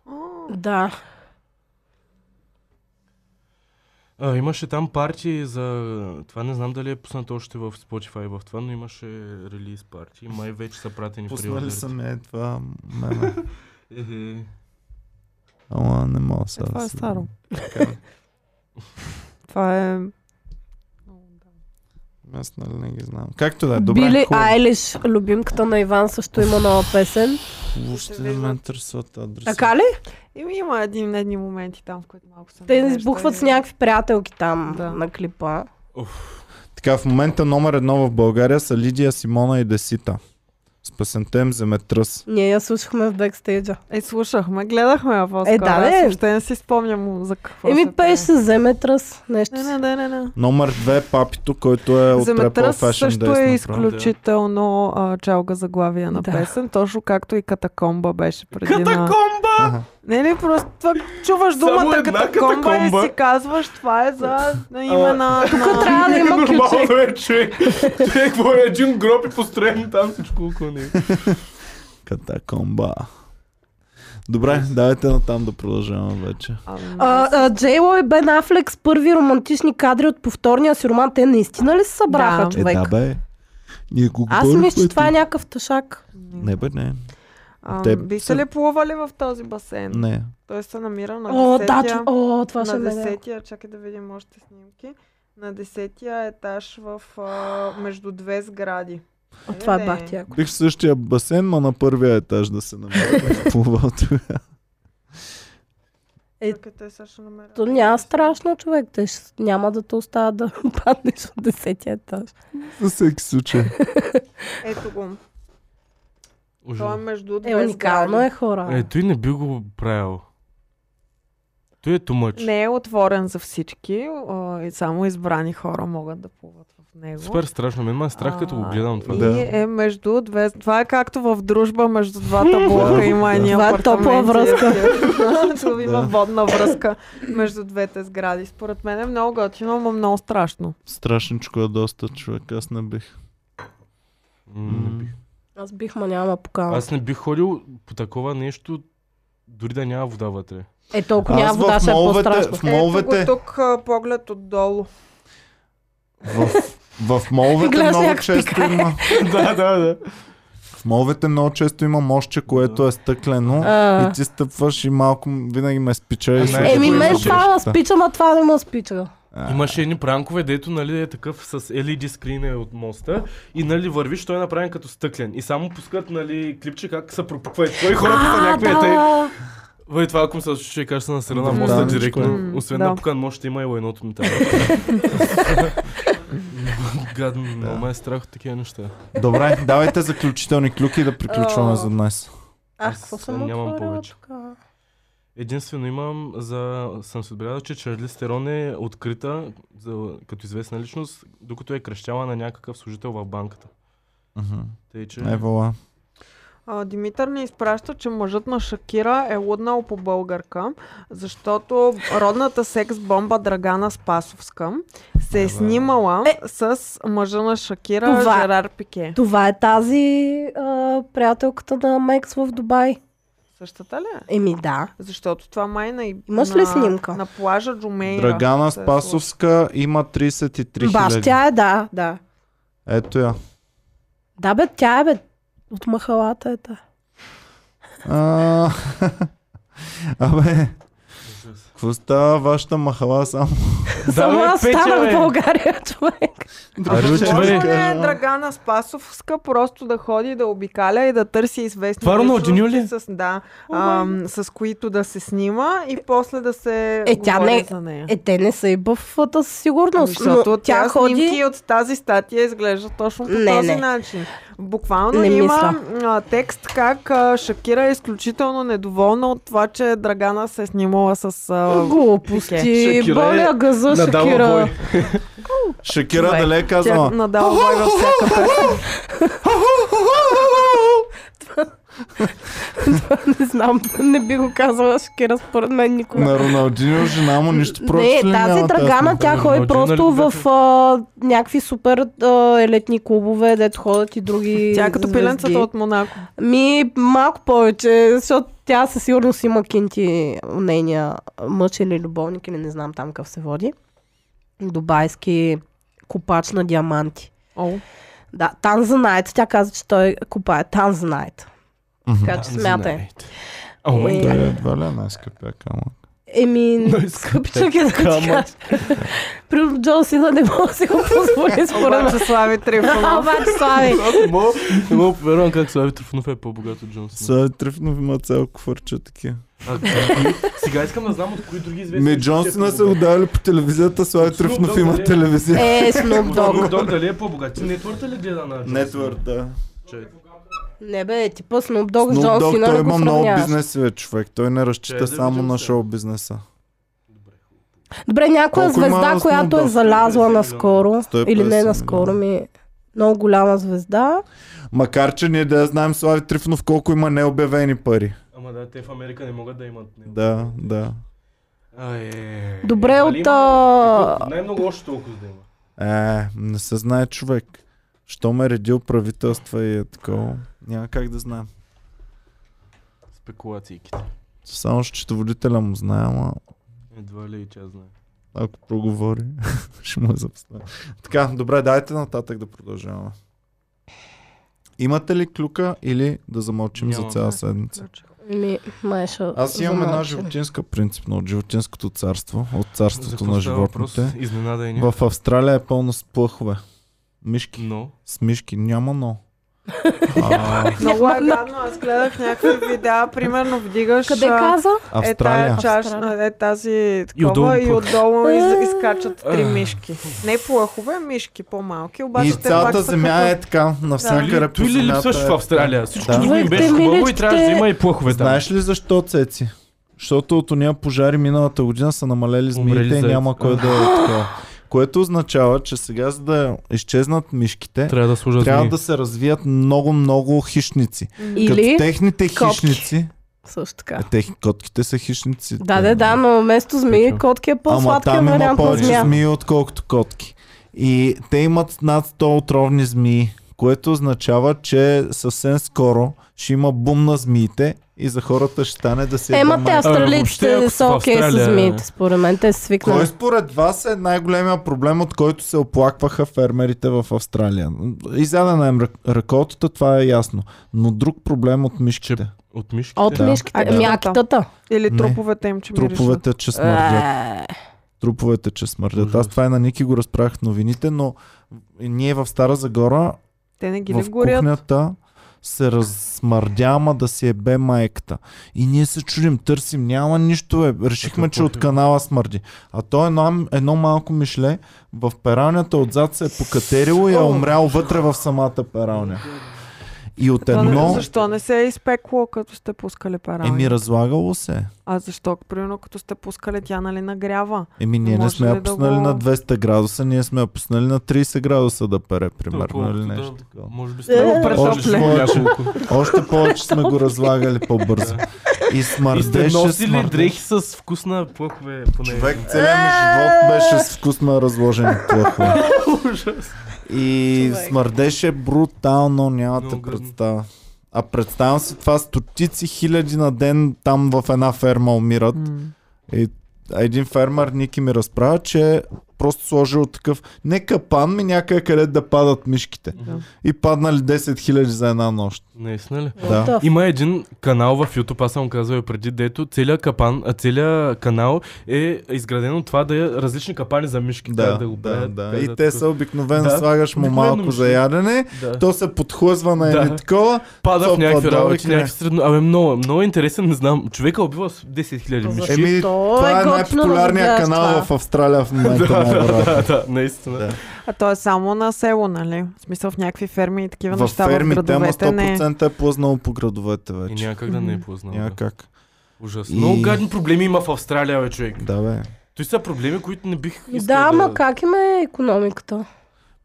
[SPEAKER 2] Да.
[SPEAKER 4] А, имаше там партии за... Това не знам дали е пуснато още в Spotify в това, но имаше релиз партии. Май вече са пратени
[SPEAKER 1] Пуснали
[SPEAKER 4] приордерите.
[SPEAKER 1] са ме това меме.
[SPEAKER 4] Ехе.
[SPEAKER 1] Ама не мога сега.
[SPEAKER 3] Е, това
[SPEAKER 1] да
[SPEAKER 3] е
[SPEAKER 1] си-
[SPEAKER 3] старо. *laughs* Това е...
[SPEAKER 1] Аз нали не ги знам. Както да е, добре.
[SPEAKER 2] Били
[SPEAKER 1] хубаво.
[SPEAKER 2] Айлиш, любимката на Иван, също има нова песен.
[SPEAKER 1] Въобще не ме интересуват адреси.
[SPEAKER 2] Така ли?
[SPEAKER 3] Има, има един, едни моменти там, в които малко съм.
[SPEAKER 2] Те ни сбухват с някакви приятелки там
[SPEAKER 3] е. Да.
[SPEAKER 2] на клипа.
[SPEAKER 1] Така, в момента номер едно в България са Лидия, Симона и Десита. С песента им Земетръс.
[SPEAKER 2] Ние я слушахме в бекстейджа.
[SPEAKER 3] Е, слушахме, гледахме я по-скоро.
[SPEAKER 2] Е, да, бе.
[SPEAKER 3] Аз въобще не си спомням за какво
[SPEAKER 2] Еми,
[SPEAKER 3] се
[SPEAKER 2] пееш се земетръс, нещо.
[SPEAKER 3] пее.
[SPEAKER 2] си.
[SPEAKER 3] Не, не, не, не, не.
[SPEAKER 1] Номер две е Папито, който е от Трепъл
[SPEAKER 3] Земетръс
[SPEAKER 1] Fashion Days.
[SPEAKER 3] също е
[SPEAKER 1] направо.
[SPEAKER 3] изключително а, чалга заглавия на
[SPEAKER 2] Да.
[SPEAKER 3] песен, точно както и Катакомба беше преди на... Не ли, просто това, чуваш
[SPEAKER 4] Само
[SPEAKER 3] думата
[SPEAKER 4] една
[SPEAKER 3] катакомба,
[SPEAKER 4] катакомба.
[SPEAKER 3] и си казваш, това е за на име на... Тук
[SPEAKER 2] трябва да има ключик.
[SPEAKER 4] е, човек. Човек, какво е един гроб и построен там всичко около него.
[SPEAKER 1] Катакомба. Добре, давайте натам да продължаваме вече.
[SPEAKER 2] А, а, Джейло и Бен Афлек с първи романтични кадри от повторния си роман. Те наистина ли се събраха,
[SPEAKER 3] Да.
[SPEAKER 1] Е,
[SPEAKER 2] човек?
[SPEAKER 1] да бе. Ние го
[SPEAKER 2] Аз
[SPEAKER 1] говорихме
[SPEAKER 2] мисля, че
[SPEAKER 1] ти.
[SPEAKER 2] това е някакъв тъшак.
[SPEAKER 1] Не бе, не. те
[SPEAKER 3] а,
[SPEAKER 1] са-
[SPEAKER 3] бихте ли плували в този басейн?
[SPEAKER 1] Не.
[SPEAKER 3] Той се намира на
[SPEAKER 2] О, да,
[SPEAKER 3] десетия,
[SPEAKER 2] чу- о, това ще
[SPEAKER 3] на
[SPEAKER 2] ме
[SPEAKER 3] десетия, чакай да видим още снимки, на десетия етаж в, а, между две сгради.
[SPEAKER 2] О, това е
[SPEAKER 3] Не.
[SPEAKER 2] бах ти яко.
[SPEAKER 1] Бих в същия басейн, ма на първия етаж да се
[SPEAKER 2] *laughs*
[SPEAKER 1] намеря. Плувал тогава.
[SPEAKER 2] Е,
[SPEAKER 3] Чакай, те сега ще намерят.
[SPEAKER 2] То няма страшно, човек. Те ще, няма да те оставят да *laughs* паднеш от десетия етаж.
[SPEAKER 1] За всеки случай.
[SPEAKER 3] Ето го. Той е между две
[SPEAKER 2] Е, уникално
[SPEAKER 3] сгради.
[SPEAKER 2] е хора.
[SPEAKER 4] Е, той не би го правил. Той е тумъч.
[SPEAKER 3] Не е отворен за всички, а, и само избрани хора могат да плуват в него.
[SPEAKER 4] Супер страшно. Мен ма е страх, като го
[SPEAKER 3] А,
[SPEAKER 4] гледам това.
[SPEAKER 3] И
[SPEAKER 1] Да.
[SPEAKER 3] е между две... Това е както в дружба
[SPEAKER 1] *laughs*
[SPEAKER 3] между двата блока има едни
[SPEAKER 2] Това е топла
[SPEAKER 3] връзка. *laughs* Това има
[SPEAKER 1] Да.
[SPEAKER 3] водна връзка между двете сгради. Според мен е много готино, но много страшно.
[SPEAKER 1] Страшничко е доста човек, аз не бих.
[SPEAKER 4] М, не бих.
[SPEAKER 2] Аз бих ма няма покана.
[SPEAKER 4] Аз не бих ходил по такова нещо, дори да няма вода вътре.
[SPEAKER 2] Е, толкова няма
[SPEAKER 1] Аз
[SPEAKER 2] вода,
[SPEAKER 1] в
[SPEAKER 2] ще е
[SPEAKER 1] моловете,
[SPEAKER 2] по-страшно.
[SPEAKER 1] в
[SPEAKER 3] Ето го
[SPEAKER 1] моловете,
[SPEAKER 3] тук а, поглед отдолу.
[SPEAKER 1] в, в моловете
[SPEAKER 2] Гледаш
[SPEAKER 1] много
[SPEAKER 2] как
[SPEAKER 1] често
[SPEAKER 2] *laughs*
[SPEAKER 1] има.
[SPEAKER 4] да, да, да.
[SPEAKER 1] В моловете много често има мощче, което е стъклено.
[SPEAKER 2] А.
[SPEAKER 1] И ти стъпваш и малко м- винаги Е, ме спича.
[SPEAKER 4] А,
[SPEAKER 1] и
[SPEAKER 4] знаеш
[SPEAKER 1] се-
[SPEAKER 2] Еми,
[SPEAKER 4] го
[SPEAKER 2] Ами, мен
[SPEAKER 4] имаш
[SPEAKER 2] това ме спича, ма това не ме спича.
[SPEAKER 1] А,
[SPEAKER 4] Имаше едни пранкове, дето нали е такъв с LED скрин е от моста и нали вървиш, той е направен като стъклен. И само пускат нали клипче как се пропуква и кой хората са някакви
[SPEAKER 2] да.
[SPEAKER 4] етей. Въй, това ако ми се случи, ще кажа, че съм на страна
[SPEAKER 1] Да,
[SPEAKER 4] моста
[SPEAKER 1] ничко е.
[SPEAKER 4] директно.
[SPEAKER 3] М,
[SPEAKER 4] Освен
[SPEAKER 3] да.
[SPEAKER 4] на покан, може ще има и
[SPEAKER 1] *laughs*
[SPEAKER 4] лайното ми там. Гадно, много ме е страх от такива неща.
[SPEAKER 1] Добре, давайте заключителни клюки и да приключваме
[SPEAKER 2] О.
[SPEAKER 1] за днес.
[SPEAKER 2] Ах,
[SPEAKER 4] Аз
[SPEAKER 2] какво съм
[SPEAKER 4] нямам
[SPEAKER 2] отворила
[SPEAKER 4] повече.
[SPEAKER 2] тук?
[SPEAKER 4] Единствено имам за... съм се отбелязал, че Чарли Стерон е открита за... като известна личност, докато е кръщяла на някакъв служител в банката.
[SPEAKER 1] Мгм.
[SPEAKER 4] Тъй,
[SPEAKER 2] Е.
[SPEAKER 4] че...
[SPEAKER 1] Евала.
[SPEAKER 3] А, Димитър ни изпраща, че мъжът на Шакира е луднал по българка, защото родната секс-бомба Драгана Спасовска се е
[SPEAKER 1] Ева.
[SPEAKER 3] снимала
[SPEAKER 2] Е.
[SPEAKER 3] с мъжа на Шакира
[SPEAKER 2] Това-
[SPEAKER 3] Жерар Пике.
[SPEAKER 2] Това е тази а, приятелката на Мекс в Дубай.
[SPEAKER 3] Същата ли? е?
[SPEAKER 2] Еми да.
[SPEAKER 3] Защото това май на...
[SPEAKER 2] Имаш
[SPEAKER 3] на,
[SPEAKER 2] ли снимка?
[SPEAKER 3] На плажа Джумейра.
[SPEAKER 1] Драгана
[SPEAKER 3] се е
[SPEAKER 1] Спасовска има 33
[SPEAKER 2] Баш,
[SPEAKER 1] хиляди.
[SPEAKER 2] тя е, да, да.
[SPEAKER 1] Ето я.
[SPEAKER 2] Да, бе, тя е, бе. От махалата е та.
[SPEAKER 1] А, *laughs* Абе, какво става вашата махала само?
[SPEAKER 2] Само аз
[SPEAKER 4] Петя,
[SPEAKER 2] станах
[SPEAKER 4] бе.
[SPEAKER 2] в България, *laughs* човек.
[SPEAKER 4] Арю,
[SPEAKER 1] Ще ви
[SPEAKER 4] човек. Добре.
[SPEAKER 3] Може ли
[SPEAKER 1] кажа.
[SPEAKER 3] Драгана Спасовска просто да ходи да обикаля и да търси известни
[SPEAKER 4] Това Руна от Дюню ли?
[SPEAKER 3] личности С, да, ам, с които да се снима и после да се
[SPEAKER 2] Е, тя
[SPEAKER 3] говори
[SPEAKER 2] не-
[SPEAKER 3] за нея.
[SPEAKER 2] Е, те не са и бъфата със сигурност.
[SPEAKER 3] Ами, Защото
[SPEAKER 2] но
[SPEAKER 3] тя
[SPEAKER 2] тя ходи...
[SPEAKER 3] снимки е от тази статия изглежда точно по
[SPEAKER 2] Не,
[SPEAKER 3] този
[SPEAKER 2] не.
[SPEAKER 3] начин. Буквално
[SPEAKER 2] Не
[SPEAKER 3] има
[SPEAKER 2] мисля.
[SPEAKER 3] а, текст как а, Шакира е изключително недоволна от това, че Драгана се е снимала с... А,
[SPEAKER 2] Глупости.
[SPEAKER 4] Шакира е
[SPEAKER 2] Боля газа, *laughs*
[SPEAKER 4] Надава
[SPEAKER 2] Шакира.
[SPEAKER 4] бой.
[SPEAKER 1] Шакира
[SPEAKER 2] Добре.
[SPEAKER 1] дале е
[SPEAKER 3] тя
[SPEAKER 1] казала.
[SPEAKER 3] надава бой във всяка песен.
[SPEAKER 2] Не знам, не би го казала Шакира според мен никога.
[SPEAKER 1] На Роналдинио жена му нищо против
[SPEAKER 2] Не,
[SPEAKER 1] ли
[SPEAKER 2] тази
[SPEAKER 1] няма е
[SPEAKER 2] драгана, тя ходи
[SPEAKER 4] Роналдино
[SPEAKER 2] просто
[SPEAKER 4] ли беше?
[SPEAKER 2] в а, някакви супер а, елетни клубове, дето ходят и други
[SPEAKER 3] Тя е като
[SPEAKER 2] звезди.
[SPEAKER 3] пиленцата от Монако.
[SPEAKER 2] Ми, малко повече, защото тя със сигурност има кинти нейния мъж или любовник, или не знам там какъв се води. Дубайски купач на диаманти.
[SPEAKER 3] Оу.
[SPEAKER 2] Да, Танзанайт. Тя каза, че той купае Танзанайт. Така че смятай.
[SPEAKER 4] Знаете. О, май
[SPEAKER 2] Е,
[SPEAKER 4] гад.
[SPEAKER 1] Той е едва ли е най-скъпия камък. *laughs*
[SPEAKER 2] Еми,
[SPEAKER 4] Най-скъпите
[SPEAKER 2] скъпи чакай да ти
[SPEAKER 4] камъни.
[SPEAKER 2] кажа. При Джо Сина не мога да
[SPEAKER 1] *laughs*
[SPEAKER 2] си го позволи според мен.
[SPEAKER 3] Обаче Слави
[SPEAKER 2] *laughs*
[SPEAKER 3] Трифонов.
[SPEAKER 2] Обаче, Слави,
[SPEAKER 4] Не мога- Не мога да повярвам как Слави Трифонов е по-богат от Джон Сина.
[SPEAKER 1] След Трифнов има цял куфърче такива.
[SPEAKER 4] А, кои- Сега искам да знам от кои други известни. е
[SPEAKER 1] Ми Джон Сина са го давали по телевизията, Слави
[SPEAKER 4] От Snoop
[SPEAKER 1] Трифнов
[SPEAKER 4] Dogg
[SPEAKER 1] има
[SPEAKER 4] дали е?
[SPEAKER 1] телевизия.
[SPEAKER 2] е Snoop Dogg.
[SPEAKER 4] Дог дали е по-богат? Ти нетворта ли гледа на Джон
[SPEAKER 1] Нетворк, да.
[SPEAKER 4] Сина?
[SPEAKER 2] Не бе, типа Snoop Dogg с
[SPEAKER 1] Snoop
[SPEAKER 2] Джон
[SPEAKER 1] Dogg,
[SPEAKER 2] Сина
[SPEAKER 1] той
[SPEAKER 2] не го
[SPEAKER 1] има е много
[SPEAKER 2] нали, сравняваш.
[SPEAKER 1] бизнеси, бе, човек. Той не
[SPEAKER 4] Чай,
[SPEAKER 1] разчита
[SPEAKER 4] Е, да
[SPEAKER 1] само
[SPEAKER 4] видим
[SPEAKER 1] на
[SPEAKER 4] сега.
[SPEAKER 1] шоу бизнеса.
[SPEAKER 2] Добре, някоя
[SPEAKER 1] Колко
[SPEAKER 2] звезда,
[SPEAKER 1] има Snoop
[SPEAKER 2] която
[SPEAKER 1] Dogg?
[SPEAKER 2] е залязла
[SPEAKER 4] 150
[SPEAKER 2] наскоро.
[SPEAKER 1] 150
[SPEAKER 2] Или не наскоро ми. Много голяма звезда.
[SPEAKER 1] Макар, че ние да я знаем Слави Трифнов колко има необявени пари.
[SPEAKER 4] Ама да, те в Америка не могат да имат. него.
[SPEAKER 1] Да, да.
[SPEAKER 4] Ай, е.
[SPEAKER 2] Добре,
[SPEAKER 4] Ама ли
[SPEAKER 2] от,
[SPEAKER 4] има-
[SPEAKER 2] а,
[SPEAKER 4] Колко- Най-много още толкова да има.
[SPEAKER 1] Е, не се знае човек. Що ме редил правителства и е такова. Няма как да знаем.
[SPEAKER 4] Спекулацииките.
[SPEAKER 1] Само счетоводителя му знае, ама
[SPEAKER 4] Едва ли и тя знае.
[SPEAKER 1] ако проговори, *laughs* ще му е запознат. Така, добре, дайте нататък да продължаваме. Имате ли клюка или да замълчим за
[SPEAKER 4] Нямам.
[SPEAKER 1] цяла седмица?
[SPEAKER 2] Ми, майша.
[SPEAKER 1] Аз имам една животинска принципно от животинското царство, от
[SPEAKER 4] За
[SPEAKER 1] царството
[SPEAKER 4] какво
[SPEAKER 1] на
[SPEAKER 4] става въпрос?
[SPEAKER 1] животните.
[SPEAKER 4] Изненада и
[SPEAKER 1] В Австралия е пълно с плъхове. Мишки.
[SPEAKER 4] Но.
[SPEAKER 1] С мишки. Няма но.
[SPEAKER 3] Е,
[SPEAKER 4] А,
[SPEAKER 3] Много е гадно. Аз гледах някакви видеа. Примерно вдигаш...
[SPEAKER 2] Къде
[SPEAKER 3] а,
[SPEAKER 2] каза?
[SPEAKER 3] Е, тая
[SPEAKER 1] Австралия.
[SPEAKER 3] чашна, е тази
[SPEAKER 4] отдолу
[SPEAKER 3] такова и
[SPEAKER 4] плъх.
[SPEAKER 3] отдолу из,
[SPEAKER 2] А.
[SPEAKER 3] изкачат три мишки. Не плъхове, мишки по-малки,
[SPEAKER 1] И
[SPEAKER 3] обаче те
[SPEAKER 1] цялата
[SPEAKER 3] пак са
[SPEAKER 1] земя
[SPEAKER 3] като-
[SPEAKER 1] е така, навсякъде
[SPEAKER 4] Той ли
[SPEAKER 1] земята
[SPEAKER 4] липсваш
[SPEAKER 1] е
[SPEAKER 4] в Австралия? Всичко
[SPEAKER 1] Да.
[SPEAKER 4] друго им беше
[SPEAKER 2] Човек, те
[SPEAKER 4] хубаво и
[SPEAKER 2] миличките-
[SPEAKER 4] трябваше да има и плъхове там.
[SPEAKER 1] Знаеш ли защо, Цеци? Защото от ония пожари миналата година са намалели
[SPEAKER 4] Умрели
[SPEAKER 1] змиите и
[SPEAKER 4] зайци.
[SPEAKER 1] няма кой да е така. Което означава, че сега за да изчезнат мишките,
[SPEAKER 4] Трябва да служа
[SPEAKER 1] трябва да се развият много-много хищници. Като
[SPEAKER 2] Или...
[SPEAKER 1] техните
[SPEAKER 2] копки.
[SPEAKER 1] хищници...
[SPEAKER 2] Също така.
[SPEAKER 1] Е, тех, котките са хищници.
[SPEAKER 2] Да,
[SPEAKER 1] те-
[SPEAKER 2] да, да, но вместо змии,
[SPEAKER 4] Пичо.
[SPEAKER 2] котки е
[SPEAKER 1] Ама
[SPEAKER 2] по-сладкия
[SPEAKER 1] там има
[SPEAKER 2] вариант на
[SPEAKER 1] повече
[SPEAKER 2] змия.
[SPEAKER 1] змии, отколкото котки. И те имат над 100 отровни змии, което означава, че съвсем скоро ще има бум на змиите и за хората ще стане да е се
[SPEAKER 2] Ема
[SPEAKER 1] яде
[SPEAKER 2] Е, те
[SPEAKER 1] май-
[SPEAKER 4] въобще,
[SPEAKER 2] австралийците
[SPEAKER 4] ако
[SPEAKER 2] не
[SPEAKER 4] в
[SPEAKER 2] са окей
[SPEAKER 4] Австралия-
[SPEAKER 2] с змиите, според мен. Те са свикнали.
[SPEAKER 1] Кой според вас е най-големия проблем, от който се оплакваха фермерите в Австралия? Изядена им рък- реколтата, това е ясно. Но друг проблем от мишките.
[SPEAKER 4] От мишките.
[SPEAKER 2] От
[SPEAKER 1] Да.
[SPEAKER 2] мишките,
[SPEAKER 3] Да.
[SPEAKER 2] мякитата.
[SPEAKER 3] Или
[SPEAKER 1] Не.
[SPEAKER 3] труповете им, че миришат.
[SPEAKER 1] Труповете, че смърдят. Труповете, че смърдят. Аз
[SPEAKER 4] Ужас.
[SPEAKER 1] това и на Ники го разправях в новините, но ние в Стара Загора
[SPEAKER 3] Те не ги ли
[SPEAKER 1] в
[SPEAKER 3] горят?
[SPEAKER 1] кухнята се разсмърдяма да си е бе майката. И ние се чудим, търсим, няма нищо. Бе. Решихме,
[SPEAKER 4] Какво
[SPEAKER 1] че от
[SPEAKER 4] е?
[SPEAKER 1] канала смърди. А то едно, едно малко мишле в пералнята отзад се е покатерило и е
[SPEAKER 3] О.
[SPEAKER 1] умрял вътре в самата пералня. И от
[SPEAKER 3] Това не-
[SPEAKER 1] едно...
[SPEAKER 3] Защо не се е изпекло, като сте пускали парални?
[SPEAKER 1] Еми, разлагало се. е.
[SPEAKER 3] А защо, примерно, като сте пускали, тя нали нагрява?
[SPEAKER 1] Еми, ние не
[SPEAKER 3] Може
[SPEAKER 1] сме
[SPEAKER 3] ли
[SPEAKER 1] я
[SPEAKER 3] да
[SPEAKER 1] пуснали
[SPEAKER 3] го-
[SPEAKER 1] на 200 градуса, ние сме я пуснали на 30 градуса да пере, примерно, или
[SPEAKER 4] да,
[SPEAKER 1] нещо такова.
[SPEAKER 4] Може би
[SPEAKER 2] Много
[SPEAKER 1] претопле.
[SPEAKER 4] няколко.
[SPEAKER 1] Още повече сме
[SPEAKER 4] *laughs*
[SPEAKER 1] го разлагали по-бързо. И
[SPEAKER 4] И сте
[SPEAKER 1] смърдеше,
[SPEAKER 4] носили
[SPEAKER 1] смърдеше.
[SPEAKER 4] дрехи с вкус на плъхове. Поне.
[SPEAKER 1] е Човек целият ми живот беше с вкус на разложени плъхове.
[SPEAKER 4] *laughs* Ужас.
[SPEAKER 1] И
[SPEAKER 2] Човек.
[SPEAKER 1] смърдеше брутално, нямате
[SPEAKER 4] Много гадно.
[SPEAKER 1] представа. А представям си това стотици хиляди на ден там в една ферма умират.
[SPEAKER 3] М.
[SPEAKER 1] И един фермер Ники ми разправя, че е просто сложил такъв не капан ми някъде къде да падат мишките.
[SPEAKER 3] Да.
[SPEAKER 1] И паднали 10 000 за една нощ.
[SPEAKER 4] Наистина ли?
[SPEAKER 1] Да.
[SPEAKER 2] Да.
[SPEAKER 4] Има един канал в YouTube, аз съм казвал и преди, дето целият капан, а, целият канал е изграден от това да е различни капани за мишки.
[SPEAKER 1] Да,
[SPEAKER 4] как да, го
[SPEAKER 1] да,
[SPEAKER 4] правят,
[SPEAKER 1] да.
[SPEAKER 4] как
[SPEAKER 1] И
[SPEAKER 4] да
[SPEAKER 1] те
[SPEAKER 4] такова.
[SPEAKER 1] са обикновено
[SPEAKER 4] Да.
[SPEAKER 1] слагаш му
[SPEAKER 4] Обикновено
[SPEAKER 1] малко за
[SPEAKER 4] мишки.
[SPEAKER 1] ядене,
[SPEAKER 4] Да.
[SPEAKER 1] то се подхлъзва на
[SPEAKER 4] Да.
[SPEAKER 1] едни такова.
[SPEAKER 4] Пада в
[SPEAKER 1] цопва
[SPEAKER 4] някакви
[SPEAKER 1] долу и
[SPEAKER 4] работи,
[SPEAKER 1] край.
[SPEAKER 4] някакви средно... Абе, много, много интересен, не знам. Човека убива с 10 000 мишки.
[SPEAKER 2] Защо?
[SPEAKER 1] Еми, това е
[SPEAKER 2] готино да
[SPEAKER 1] най-популярният
[SPEAKER 2] видяш
[SPEAKER 1] канал
[SPEAKER 2] това.
[SPEAKER 1] в Австралия в момента. най-вероятно.
[SPEAKER 4] *laughs* да, да, наистина.
[SPEAKER 1] Да.
[SPEAKER 3] А то е само на село, нали? В смисъл в някакви ферми и такива
[SPEAKER 1] В
[SPEAKER 3] неща в
[SPEAKER 1] фермите, ама
[SPEAKER 3] градовете не.
[SPEAKER 1] 100% е плъзнало по градовете
[SPEAKER 4] И
[SPEAKER 1] вече.
[SPEAKER 4] някак да не е
[SPEAKER 3] Мгм.
[SPEAKER 4] познал. Да.
[SPEAKER 1] Някак.
[SPEAKER 4] Ужасно.
[SPEAKER 1] И-
[SPEAKER 4] Много гадни проблеми има в Австралия, бе, човек.
[SPEAKER 1] Да, бе.
[SPEAKER 4] Той са проблеми, които не бих искал
[SPEAKER 2] Да,
[SPEAKER 4] да...
[SPEAKER 2] ама как им е економиката?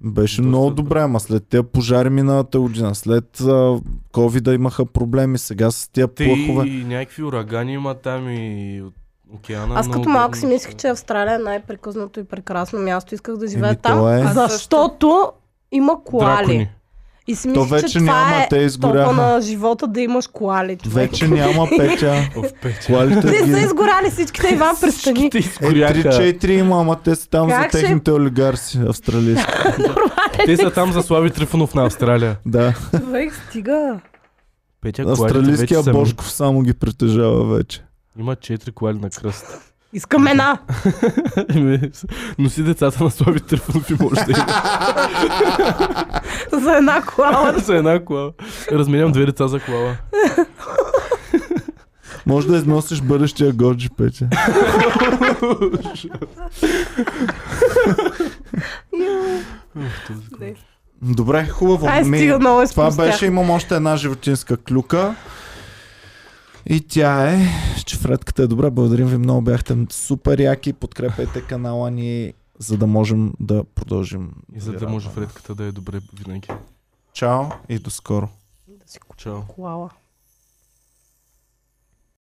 [SPEAKER 1] Беше
[SPEAKER 4] Доста
[SPEAKER 1] много
[SPEAKER 4] добре.
[SPEAKER 1] добре, ама след тия пожари миналата година, след а, ковида имаха проблеми, сега с тия
[SPEAKER 4] Те
[SPEAKER 1] плъхове.
[SPEAKER 4] и някакви урагани има там и от океана.
[SPEAKER 2] Аз като
[SPEAKER 4] много
[SPEAKER 2] малко
[SPEAKER 4] гадни
[SPEAKER 2] си мислех,
[SPEAKER 4] неща.
[SPEAKER 2] че Австралия е най-прекъснато и прекрасно място. Исках да
[SPEAKER 1] Еми,
[SPEAKER 2] живея
[SPEAKER 1] то
[SPEAKER 2] там,
[SPEAKER 1] е.
[SPEAKER 3] Аз също.
[SPEAKER 2] защото има коали.
[SPEAKER 4] Дракони.
[SPEAKER 2] И си
[SPEAKER 1] То
[SPEAKER 2] мислех,
[SPEAKER 1] вече
[SPEAKER 2] че това
[SPEAKER 1] няма,
[SPEAKER 2] е
[SPEAKER 1] те
[SPEAKER 2] топа
[SPEAKER 1] изгоряха.
[SPEAKER 2] на живота да имаш коали. Човек.
[SPEAKER 1] Вече няма
[SPEAKER 4] *laughs*
[SPEAKER 1] петя.
[SPEAKER 4] Оф, пече.
[SPEAKER 1] Коалите
[SPEAKER 2] Те са
[SPEAKER 1] ги...
[SPEAKER 2] изгорали всичките, Иван, престани.
[SPEAKER 4] Те
[SPEAKER 1] Е,
[SPEAKER 4] изгоряха.
[SPEAKER 1] 3-4 има, ама те са там
[SPEAKER 2] Как
[SPEAKER 1] за
[SPEAKER 2] ще-
[SPEAKER 1] техните олигарси австралийски.
[SPEAKER 4] Те са там за Слави Трифонов на Австралия.
[SPEAKER 1] Да,
[SPEAKER 2] Човек, стига.
[SPEAKER 4] Петя, коалите
[SPEAKER 1] австралийския
[SPEAKER 4] вече са ми.
[SPEAKER 1] Божков само ги притежава вече.
[SPEAKER 4] Има четири коали на кръст. *laughs*
[SPEAKER 2] Искам една. *laughs*
[SPEAKER 4] Еми, Носи децата на Слави Трифонов и може да има.
[SPEAKER 2] За една коала.
[SPEAKER 4] за една кола. Разменям две деца за кола.
[SPEAKER 1] Може да износиш бъдещия Годжи, Петя. Добре, хубаво.
[SPEAKER 2] Ай,
[SPEAKER 1] Ми,
[SPEAKER 2] стига много е
[SPEAKER 1] Това
[SPEAKER 2] изпустях.
[SPEAKER 1] беше, имам още една животинска клюка. И тя е, че Фредката е добра. Благодарим ви много, бяхте супер яки. Подкрепете канала ни, за да можем да продължим.
[SPEAKER 4] И за да може Фредката да е добре винаги.
[SPEAKER 1] Чао и до скоро.
[SPEAKER 4] Чао.
[SPEAKER 2] Коала.